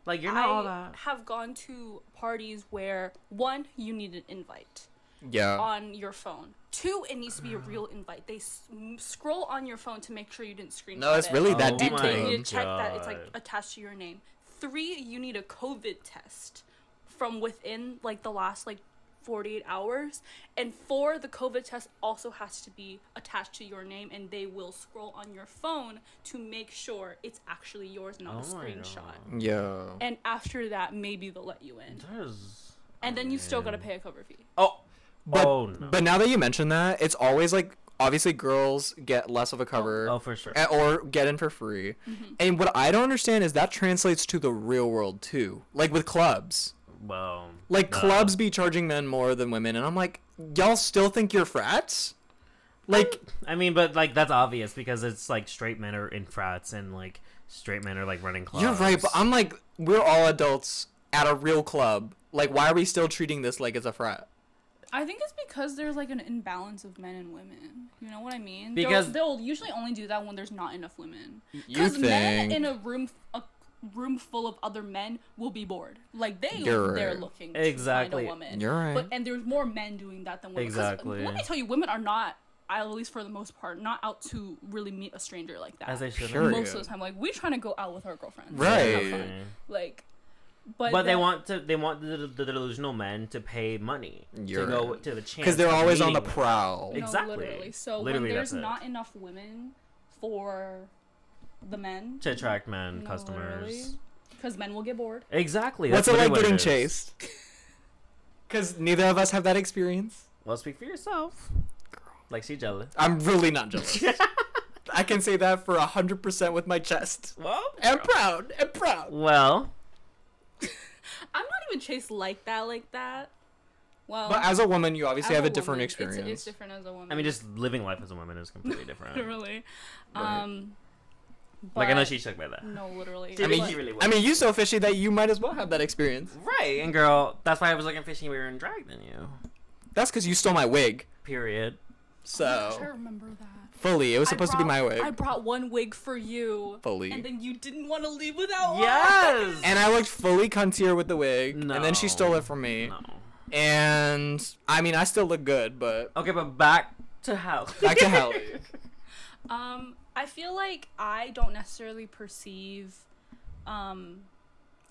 S2: like, you're not all
S3: I
S2: that.
S3: have gone to parties where one, you need an invite
S1: yeah.
S3: on your phone. Two, it needs to be a real invite. They s- m- scroll on your phone to make sure you didn't screenshot
S1: No, it's really
S3: it.
S1: that
S2: Oh
S1: deep
S3: and
S1: to
S2: my
S3: they
S1: them.
S3: need to check that it's like
S2: God.
S3: attached to your name. Three, you need a COVID test from within like the last like 48 hours. And four, the COVID test also has to be attached to your name and they will scroll on your phone to make sure it's actually yours, not a
S2: Oh my
S3: screenshot.
S2: God.
S1: Yeah.
S3: And after that, maybe they'll let you in.
S2: That is.
S3: And then you still gotta pay a cover fee.
S2: Oh.
S1: But,
S2: oh no.
S1: but now that you mention that, it's always like obviously girls get less of a cover
S2: oh, for sure.
S1: a- or get in for free. And what I don't understand is that translates to the real world too. Like with clubs.
S2: Well.
S1: Like
S2: no.
S1: clubs be charging men more than women and I'm like, y'all still think you're frats? Like
S2: I mean, but like that's obvious because it's like straight men are in frats and like straight men are like running clubs.
S1: you're right, but I'm like we're all adults at a real club. Like why are we still treating this like it's a frat?
S3: I think it's because there's like an imbalance of men and women. You know what I mean?
S2: Because-
S3: they'll, they'll usually only do that when there's not enough women.
S1: You
S3: Because men
S1: think.
S3: in a room, a room full of other men will be bored. Like they
S1: You're
S3: they're
S1: right.
S3: looking
S2: Exactly.
S3: to find a woman.
S1: You're right.
S3: But and there's more men doing that than women. 'Cause
S2: Exactly.
S3: Let me tell you, women are not, at least for the most part, not out to really meet a stranger like that.
S2: as I should.
S1: Sure.
S3: most of the time, like we're trying to go out with our girlfriends. and have
S1: Right.
S3: fun. Like
S2: But, they want to. They want the, the delusional men to pay money
S1: You're
S2: to go to the chance
S1: because they're
S2: of
S1: always on the
S2: meeting with-
S1: prowl.
S3: No,
S2: Exactly.
S3: literally. So
S2: Literally,
S3: when there's
S2: that's it.
S3: not enough women for the men,
S2: to attract men
S3: No,
S2: customers.
S3: literally. because men will get bored.
S2: Exactly.
S1: What's
S2: that's
S1: it
S2: literally
S1: like
S2: what
S1: getting
S2: is.
S1: chased? Because neither of us have that experience.
S2: Well, speak for yourself. Like she jealous.
S1: I'm really not jealous. I can say that for hundred percent with my chest.
S2: Well,
S1: I'm proud. I'm proud.
S2: well,
S3: I'm not even chased like that, like that. Well,
S1: But as a woman, you obviously
S3: as
S1: have a,
S3: a
S1: different
S3: woman, it's-
S1: experience.
S3: It's, different as a woman.
S2: I mean, just living life as a woman is completely different.
S3: literally.
S1: Right.
S3: Um,
S2: Like I know
S3: but-
S2: she's shook by that.
S3: No, literally.
S2: I
S1: I mean,
S2: She
S1: you-
S2: really
S1: I
S2: was.
S1: mean, you so fishy that you might as well have that experience.
S2: Right, and girl, that's why I was looking fishing. We were in drag than you.
S1: That's because you stole my wig.
S2: Period.
S3: I
S1: So
S3: remember that.
S1: fully, it was supposed to be my wig.
S3: I brought one wig for you,
S1: fully.
S3: and then you didn't want to leave without one.
S2: Yes.
S1: and I looked fully cuntier with the wig, and then she
S2: No.
S1: stole it from me.
S2: no.
S1: And I mean, I still look good, but
S2: Okay, but back to hell.
S1: back to Hallie.
S3: Um, I feel like I don't necessarily perceive, um,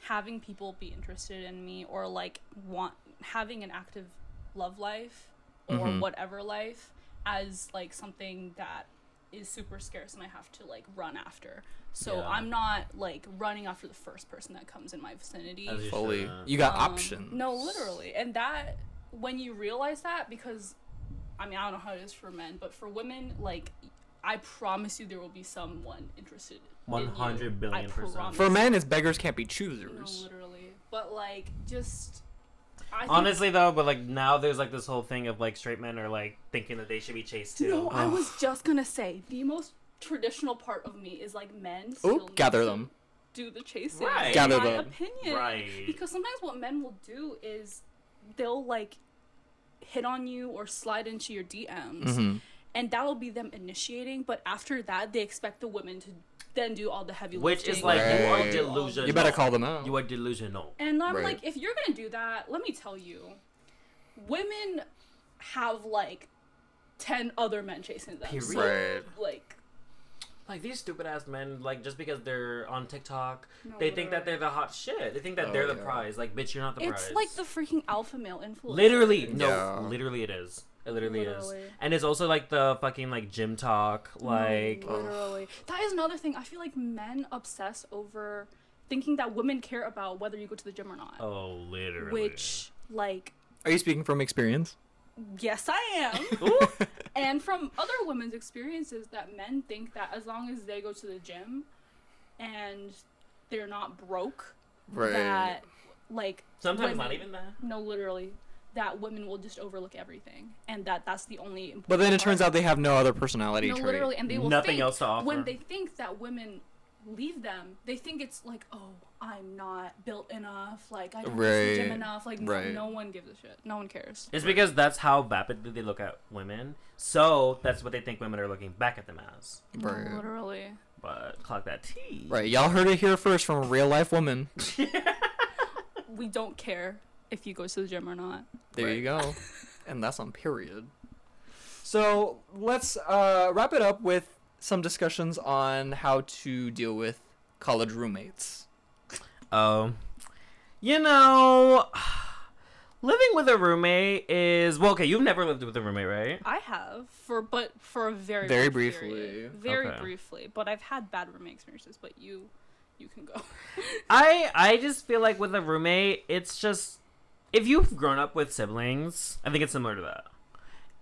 S3: having people be interested in me or like want having an active love life or
S2: Mm-hmm.
S1: Mhm.
S3: whatever life as like something that is super scarce and I have to like run after. So
S2: Yeah.
S3: I'm not like running after the first person that comes in my vicinity.
S2: As you
S1: fully,
S2: should not.
S1: you got
S3: Um,
S1: options.
S3: No, literally. And that, when you realize that, because, I mean, I don't know how it is for men, but for women, like, I promise you there will be someone interested. in you.
S2: 100 billion
S3: I
S2: percent.
S3: promise.
S1: For men, it's beggars can't be
S3: No,
S1: choosers.
S3: literally. But, like, just. I think-
S2: Honestly, though, but like now there's like this whole thing of like straight men are like thinking that they should be chased too. Oh.
S3: No,
S1: oh.
S3: I was just gonna say, the most traditional part of me is, like, men. Still
S1: Oop,
S3: need
S1: gather
S3: to
S1: them.
S3: Do the chasing.
S2: Right.
S3: in
S1: Gather
S3: my
S1: them.
S3: opinion.
S2: right.
S3: Because sometimes what men will do is they'll like hit on you or slide into your DMs,
S1: Mhm.
S3: and that'll be them initiating. But after that, they expect the women to then do all the heavy
S2: Which
S3: lifting.
S2: is like
S1: Right.
S2: you
S3: all
S2: are
S1: You
S3: the- all the-
S2: delusional.
S1: You better call them out.
S2: You are delusional.
S3: And I'm
S1: Right.
S3: like, if you're gonna do that, let me tell you, women have like ten other men chasing them. So,
S1: Period.
S3: Like,
S2: Like these stupid ass men, like just because they're on TikTok,
S3: No,
S2: they think that
S3: literally.
S2: they're the hot shit. They think that
S1: Oh,
S2: they're the
S1: yeah.
S2: prize. Like, bitch, you're not the prize.
S3: it's like the freaking alpha male influence.
S2: Literally, no,
S1: Yeah.
S2: literally it is. It literally, is.
S3: Literally.
S2: And it's also like the fucking like gym talk, like
S1: Ugh.
S3: literally that is another thing i feel like men obsess over thinking that women care about whether you go to the gym or not
S2: oh, literally.
S3: which like
S1: Are you speaking from experience?
S3: yes i am
S2: Ooh.
S3: and from other women's experiences that men think that as long as they go to the gym and they're not broke that like
S2: sometimes
S3: women-
S2: not even that.
S3: no literally that women will just overlook everything and that that's the only important
S1: But then it
S3: part.
S1: turns out they have no other personality
S3: No,
S1: trait.
S3: literally, and they will
S2: Nothing
S3: think,
S2: else to offer.
S3: When they think that women leave them, they think it's like, oh, I'm not built enough. Like I don't right.
S1: Right.
S3: enough. Like no,
S1: Right.
S3: no one gives a shit. No one cares.
S2: It's because that's how vapidly they look at women. So that's what they think women are looking back at them as.
S3: No,
S1: Right.
S3: literally.
S2: But clock that T.
S1: Right, y'all heard it here first from a real life woman.
S3: We don't care if you go to the gym or not.
S1: There
S2: Right.
S1: you go. and that's on period. So let's uh, wrap it up with some discussions on how to deal with college roommates.
S2: Um, you know, living with a roommate is well. Okay, you've never lived with a roommate, right?
S3: I have for but for a very
S1: Very
S3: brief period.
S1: briefly.
S3: very
S2: Okay.
S3: briefly. But I've had bad roommate experiences. But you, you can go.
S2: I I just feel like with a roommate, it's just if you've grown up with siblings, I think it's similar to that.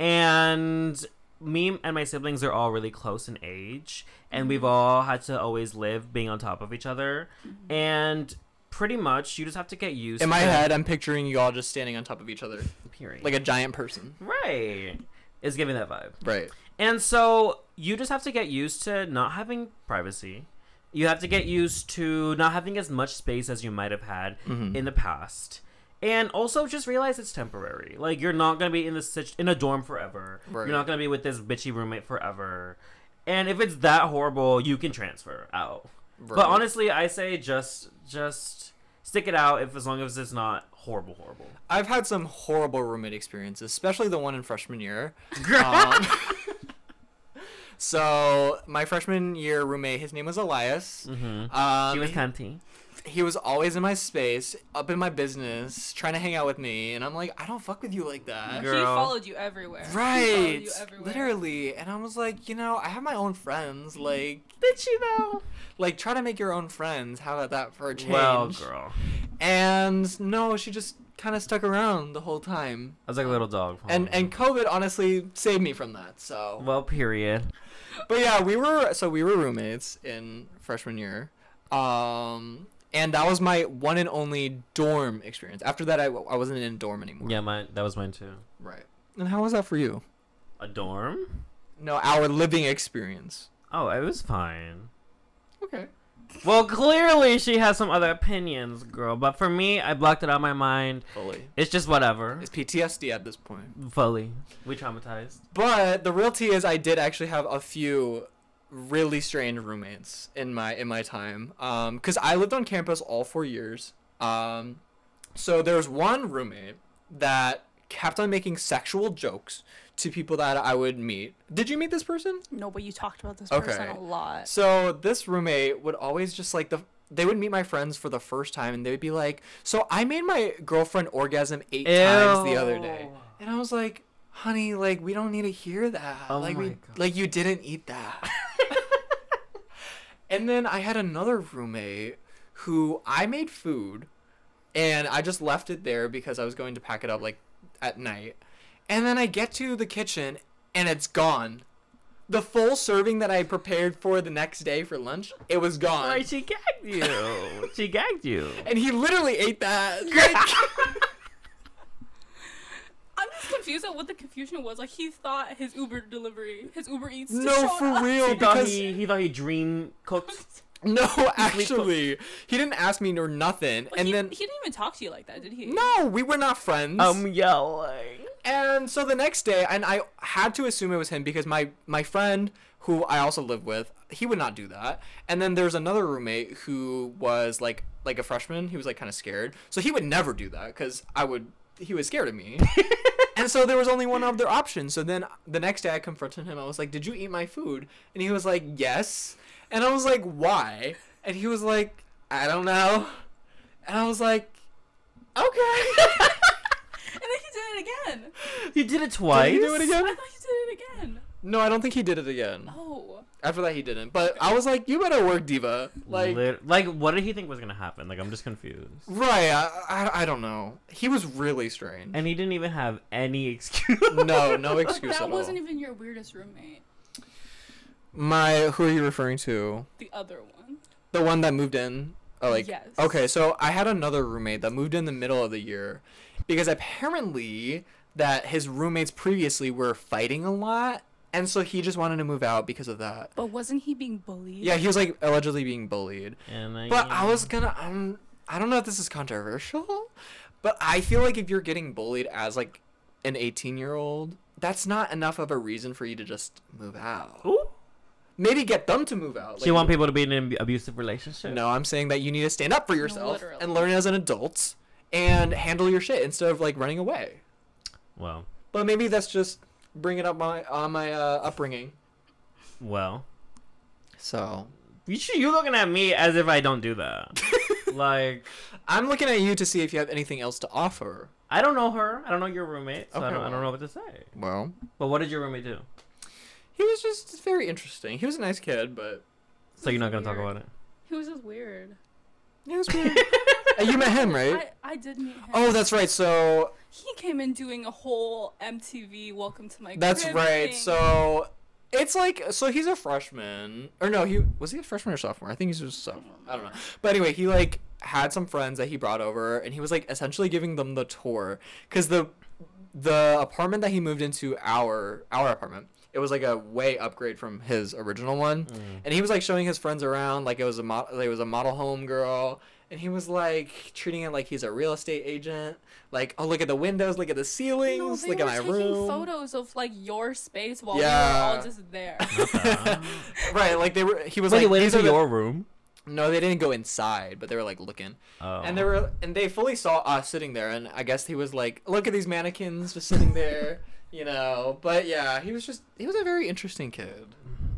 S2: And me and my siblings are all really close in age, and we've all had to always live being on top of each other, and pretty much you just have to get used.
S1: In
S2: to
S1: my head, I'm picturing you all just standing on top of each other,
S2: period.
S1: like a giant person.
S2: right, is giving that vibe.
S1: Right.
S2: And so you just have to get used to not having privacy. You have to
S1: Mm-hmm.
S2: get used to not having as much space as you might have had
S1: Mm-hmm.
S2: in the past. And also just realize it's temporary. Like you're not going to be in this sit- in a dorm forever.
S1: Right.
S2: You're not going to be with this bitchy roommate forever. And if it's that horrible, you can transfer out.
S1: Right.
S2: But honestly, I say just just stick it out if as long as it's not horrible horrible.
S1: I've had some horrible roommate experiences, especially the one in freshman year. Um, so my freshman year roommate, his name was Elias.
S2: Mhm.
S1: Um,
S2: she was cunty.
S1: he was always in my space, up in my business, trying to hang out with me, and I'm like, I don't fuck with you like that.
S2: Girl.
S3: He followed you everywhere. He followed
S1: Right.
S3: you everywhere.
S1: Literally. And I was like, you know, I have my own friends. Like,
S2: Did you though?
S1: like try to make your own friends. How about that for a change?
S2: Well, girl,
S1: And no, she just kind of stuck around the whole time.
S2: I was like a little dog.
S1: And and COVID honestly saved me from that. So,
S2: well, period.
S1: but yeah, we were so we were roommates in freshman year. Um and that was my one and only dorm experience. After that I, I wasn't in dorm anymore.
S2: Yeah, mine. That was mine too.
S1: Right. And how was that for you?
S2: A dorm?
S1: No, our living experience.
S2: Oh, it was fine.
S1: Okay.
S2: Well, clearly she has some other opinions, girl. But for me, I blocked it out of my mind.
S1: Fully.
S2: It's just whatever.
S1: It's PTSD at this point.
S2: Fully, we traumatized.
S1: But the real tea is I did actually have a few really strained roommates in my in my time. Um, cause I lived on campus all four years. Um, so there was one roommate that kept on making sexual jokes to people that I would meet. Did you meet this person?
S3: No, but you talked about this
S1: Okay.
S3: person a lot.
S1: So this roommate would always just like the they would meet my friends for the first time and they would be like, "So I made my girlfriend orgasm eight times the other day," and I was like, "Honey, like we don't need to hear that.
S2: Oh
S1: like
S2: my
S1: we
S2: God.
S1: like you didn't eat that." and then I had another roommate who I made food, and I just left it there because I was going to pack it up like at night, and then I get to the kitchen and it's gone the full serving that I prepared for the next day for lunch, it was gone.
S2: Why she gagged you? she gagged you.
S1: And he literally ate that. Like,
S3: I'm just confused at what the confusion was. Like he thought his Uber delivery, his Uber Eats. just
S1: no,
S3: showed
S1: for
S3: up.
S1: real.
S2: He thought
S1: Because
S2: he, he thought he dream cooked.
S1: no, actually, he didn't ask me nor nothing.
S3: But
S1: And
S3: he,
S1: then
S3: he didn't even talk to you like that, did he?
S1: no, we were not friends.
S2: I'm yelling.
S1: And so the next day, and I had to assume it was him because my my friend who I also live with, he would not do that. And then there's another roommate who was like like a freshman. He was like kind of scared, so he would never do that because I would. He was scared of me. and so there was only one other option. So then the next day, I confronted him. I was like, "Did you eat my food?" And he was like, "Yes." And I was like, "Why?" And he was like, "I don't know." And I was like, "Okay."
S3: And then he did it again.
S2: You did it twice.
S1: Did he do it
S3: I
S1: again?
S3: thought he did it again.
S1: No, I don't think he did it again.
S3: Oh.
S1: After that, he didn't. But I was like, you better work, diva. Like,
S2: Like, like, what did he think was gonna happen? Like, I'm just confused.
S1: right? I, I, I don't know. He was really strange.
S2: And he didn't even have any excuse.
S1: no, no excuse
S3: That
S1: at all.
S3: wasn't even your weirdest roommate.
S1: My, who are you referring to?
S3: The other one.
S1: The one that moved in. Oh, like,
S3: Yes.
S1: okay. So I had another roommate that moved in the middle of the year, because apparently that his roommates previously were fighting a lot, and so he just wanted to move out because of that.
S3: But wasn't he being bullied?
S1: Yeah, he was like allegedly being bullied.
S2: And I,
S1: But I was gonna. Um, I don't know if this is controversial, but I feel like if you're getting bullied as like an 18 year old, that's not enough of a reason for you to just move out.
S2: Ooh.
S1: Maybe get them to move out.
S2: So you want people to be in an abusive relationship?
S1: No, I'm saying that you need to stand up for yourself
S3: literally.
S1: and learn as an adult and handle your shit instead of like running away.
S2: Well,
S1: But maybe that's just bringing up my on my uh, upbringing.
S2: well.
S1: So
S2: You should, you looking at me as if I don't do that. like
S1: I'm looking at you to see if you have anything else to offer.
S2: I don't know her. I don't know your roommate, so I
S1: Okay,
S2: don't I
S1: well.
S2: don't know what to say.
S1: Well,
S2: But what did your roommate do?
S1: he was just very interesting. He was a nice kid, but
S2: So you're not gonna
S3: That's
S2: talk
S3: weird.
S2: about it.
S3: He was just weird.
S1: It was weird. Uh, you met him, right?
S3: I, I did meet him.
S1: Oh, that's right. So
S3: He came in doing a whole MTV Welcome to My
S1: that's
S3: Crib
S1: right.
S3: thing.
S1: So it's like so he's a freshman or no? He was he a freshman or sophomore? I think he's just a sophomore. I don't know. But anyway, he like had some friends that he brought over, and he was like essentially giving them the tour because the the apartment that he moved into our our apartment it was like a way upgrade from his original one and he was like showing his friends around like it was a mo- like it was a model home girl and he was like treating it like he's a real estate agent like oh look at the windows look at the
S3: No,
S1: ceilings
S3: they
S1: look
S3: were
S1: at my
S3: taking
S1: room
S3: photos of like your space while we were
S1: Yeah.
S3: all just there.
S1: right like they were he was
S2: Wait,
S1: like
S2: went
S1: "These
S2: into
S1: are the-"
S2: your room.
S1: no they didn't go inside but they were like looking
S2: Oh.
S1: and they were and they fully saw us sitting there and i guess he was like look at these mannequins just sitting there you know but yeah he was just he was a very interesting kid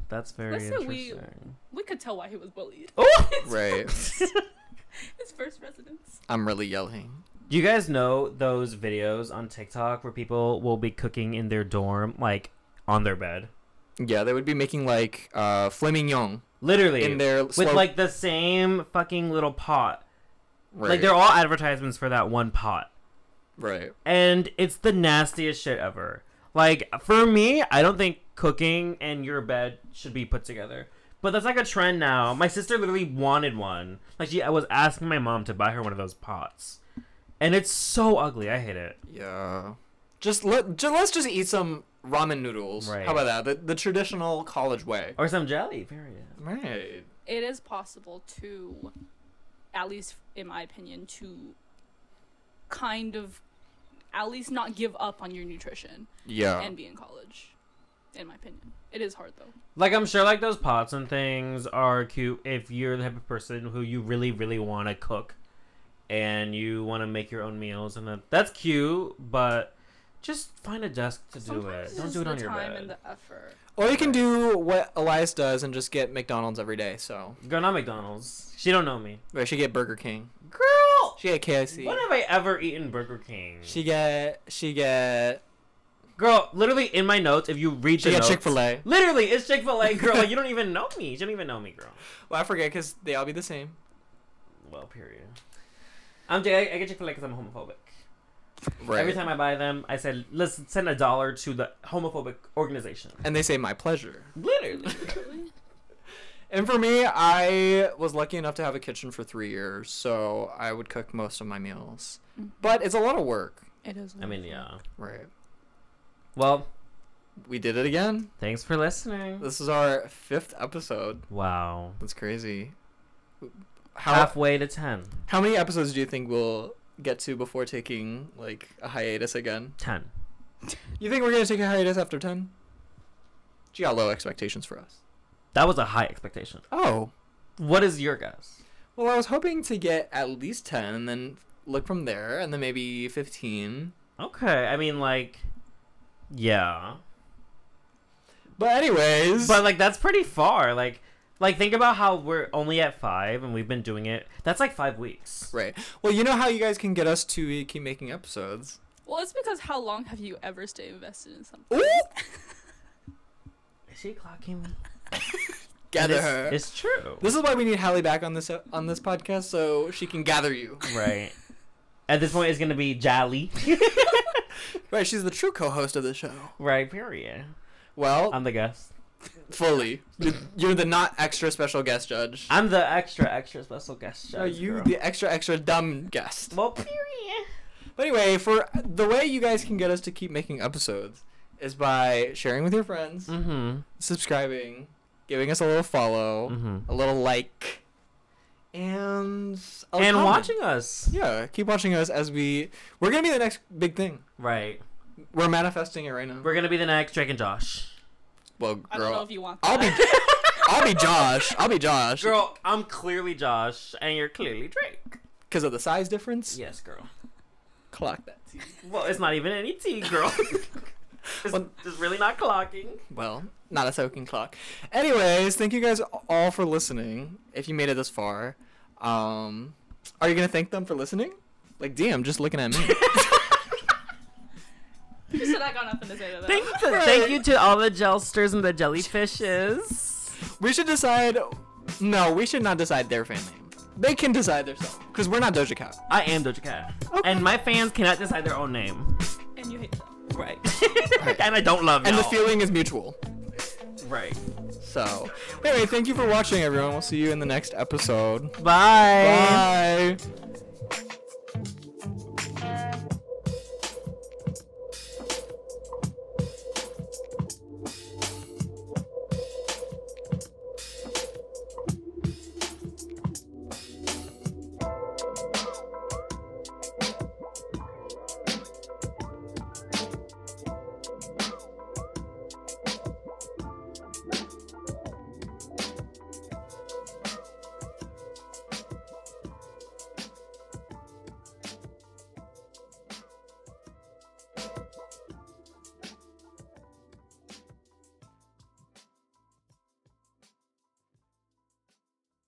S2: That's very
S3: That's so we-
S2: interesting.
S1: Oh!
S3: we could tell why he was bullied.
S2: Oh,
S1: right
S3: His first residence.
S1: I'm really yelling.
S2: Do you guys know those videos on TikTok where people will be cooking in their dorm, like on their bed?
S1: Yeah, they would be making like uh flamignon
S2: Literally.
S1: in their
S2: with like the same fucking little pot.
S1: right,
S2: Like they're all advertisements for that one pot.
S1: right.
S2: And it's the nastiest shit ever. Like for me, I don't think cooking and your bed should be put together. But that's like a trend now. My sister literally wanted one. Like she I was asking my mom to buy her one of those pots. And it's so ugly. I hate it.
S1: Yeah. Just let just, let's just eat some ramen noodles.
S2: Right.
S1: How about that? The the traditional college way.
S2: Or some jelly, period.
S1: Right.
S3: It is possible to, at least in my opinion, to kind of at least not give up on your nutrition
S2: Uh.
S1: Yeah.
S3: and be in college. In my opinion, it is hard though.
S2: Like I'm sure like those pots and things are cute if you're the type of person who you really really want to cook and you want to make your own meals and that, that's cute, but just find a desk to do
S3: Sometimes
S2: it.
S3: it's
S2: Don't
S3: just
S2: do it
S3: the
S2: on your
S3: time and
S2: bed.
S3: the effort.
S1: or you can do what Elias does and just get McDonald's every day. So
S2: Go not McDonald's. She don't know me.
S1: or she get Burger King.
S2: Girl,
S1: She get KFC.
S2: when have I ever eaten Burger King?
S1: She get she get
S2: Girl, literally in my notes, if you read
S1: she
S2: the
S1: get
S2: notes,
S1: Chick Fil A.
S2: Literally, it's Chick Fil A, girl. Like, you don't even know me. You don't even know me, girl.
S1: Well, I forget because they all be the same.
S2: Well, period. I'm. I I get Chick Fil A because I'm homophobic. Every time I buy them, I said, let's send a dollar to the homophobic organization.
S1: And they say my pleasure.
S2: Literally.
S1: And for me, I was lucky enough to have a kitchen for three years, so I would cook most of my meals. But it's a lot of work.
S3: It is.
S2: I mean, yeah.
S1: Right.
S2: Well,
S1: We did it again.
S2: thanks for listening.
S1: This is our fifth episode.
S2: Wow.
S1: That's crazy. How
S2: Halfway to 10.
S1: how many episodes do you think we'll get to before taking like a hiatus again?
S2: 10.
S1: You think we're gonna take a hiatus after ten? She got low expectations for us.
S2: That was a high expectation.
S1: Oh.
S2: What is your guess?
S1: Well, I was hoping to get at least ten and then look from there and then maybe fifteen.
S2: Okay. I mean, like, yeah.
S1: But anyways
S2: But, like, that's pretty far. Like, like think about how we're only at five and we've been doing it. That's like five weeks.
S1: Right. Well, you know how you guys can get us to keep making episodes.
S3: Well, it's because how long have you ever stayed invested in something?
S1: Ooh!
S2: Is she clocking me?
S1: Gather
S2: It's-
S1: her.
S2: It's true.
S1: This is why we need Hallie back on this on this podcast so she can gather you.
S2: Right. At this point, it's going to be Jolly.
S1: Right, she's the true co-host of the show.
S2: right, period.
S1: Well,
S2: I'm the guest.
S1: fully. You're the not extra special guest judge.
S2: I'm the extra, extra special guest judge.
S1: Are you
S2: girl.
S1: the extra extra dumb guest?
S2: Well, period.
S1: But anyway, for the way you guys can get us to keep making episodes is by sharing with your friends,
S2: Mm-hmm.
S1: subscribing, giving us a little follow,
S2: Mm-hmm.
S1: a little like, and a
S2: And
S1: comment.
S2: watching us.
S1: Yeah, keep watching us as we we're gonna be the next big thing.
S2: Right.
S1: We're manifesting it right now.
S2: We're gonna be the next Drake and Josh.
S1: well,
S3: I don't know
S1: girl,
S3: if you want. That.
S1: I'll be I'll be Josh. I'll be Josh.
S2: Girl, I'm clearly Josh, and you're clearly Drake.
S1: because of the size difference.
S2: Yes, girl.
S1: Clock that.
S2: Well, it's not even any tea, girl. it's,
S1: Well-
S2: it's really not clocking.
S1: Well, not a soaking clock. Anyways, thank you guys all for listening. If you made it this far, um, are you gonna thank them for listening? Like, damn, just looking at me.
S3: You said I got nothing to say to that.
S2: Thank you, to, thank you to all the gelsters and the jellyfishes.
S1: we should decide. No, we should not decide their fan name. They can decide themselves because we're not Doja Cat.
S2: I am Doja Cat, and my fans cannot decide their own name.
S3: And you hate that.
S2: Right. and I don't love
S1: And the
S2: y'all.
S1: feeling is mutual.
S2: Right.
S1: So, anyway, thank you for watching, everyone. We'll see you in the next episode.
S2: Bye.
S1: Bye.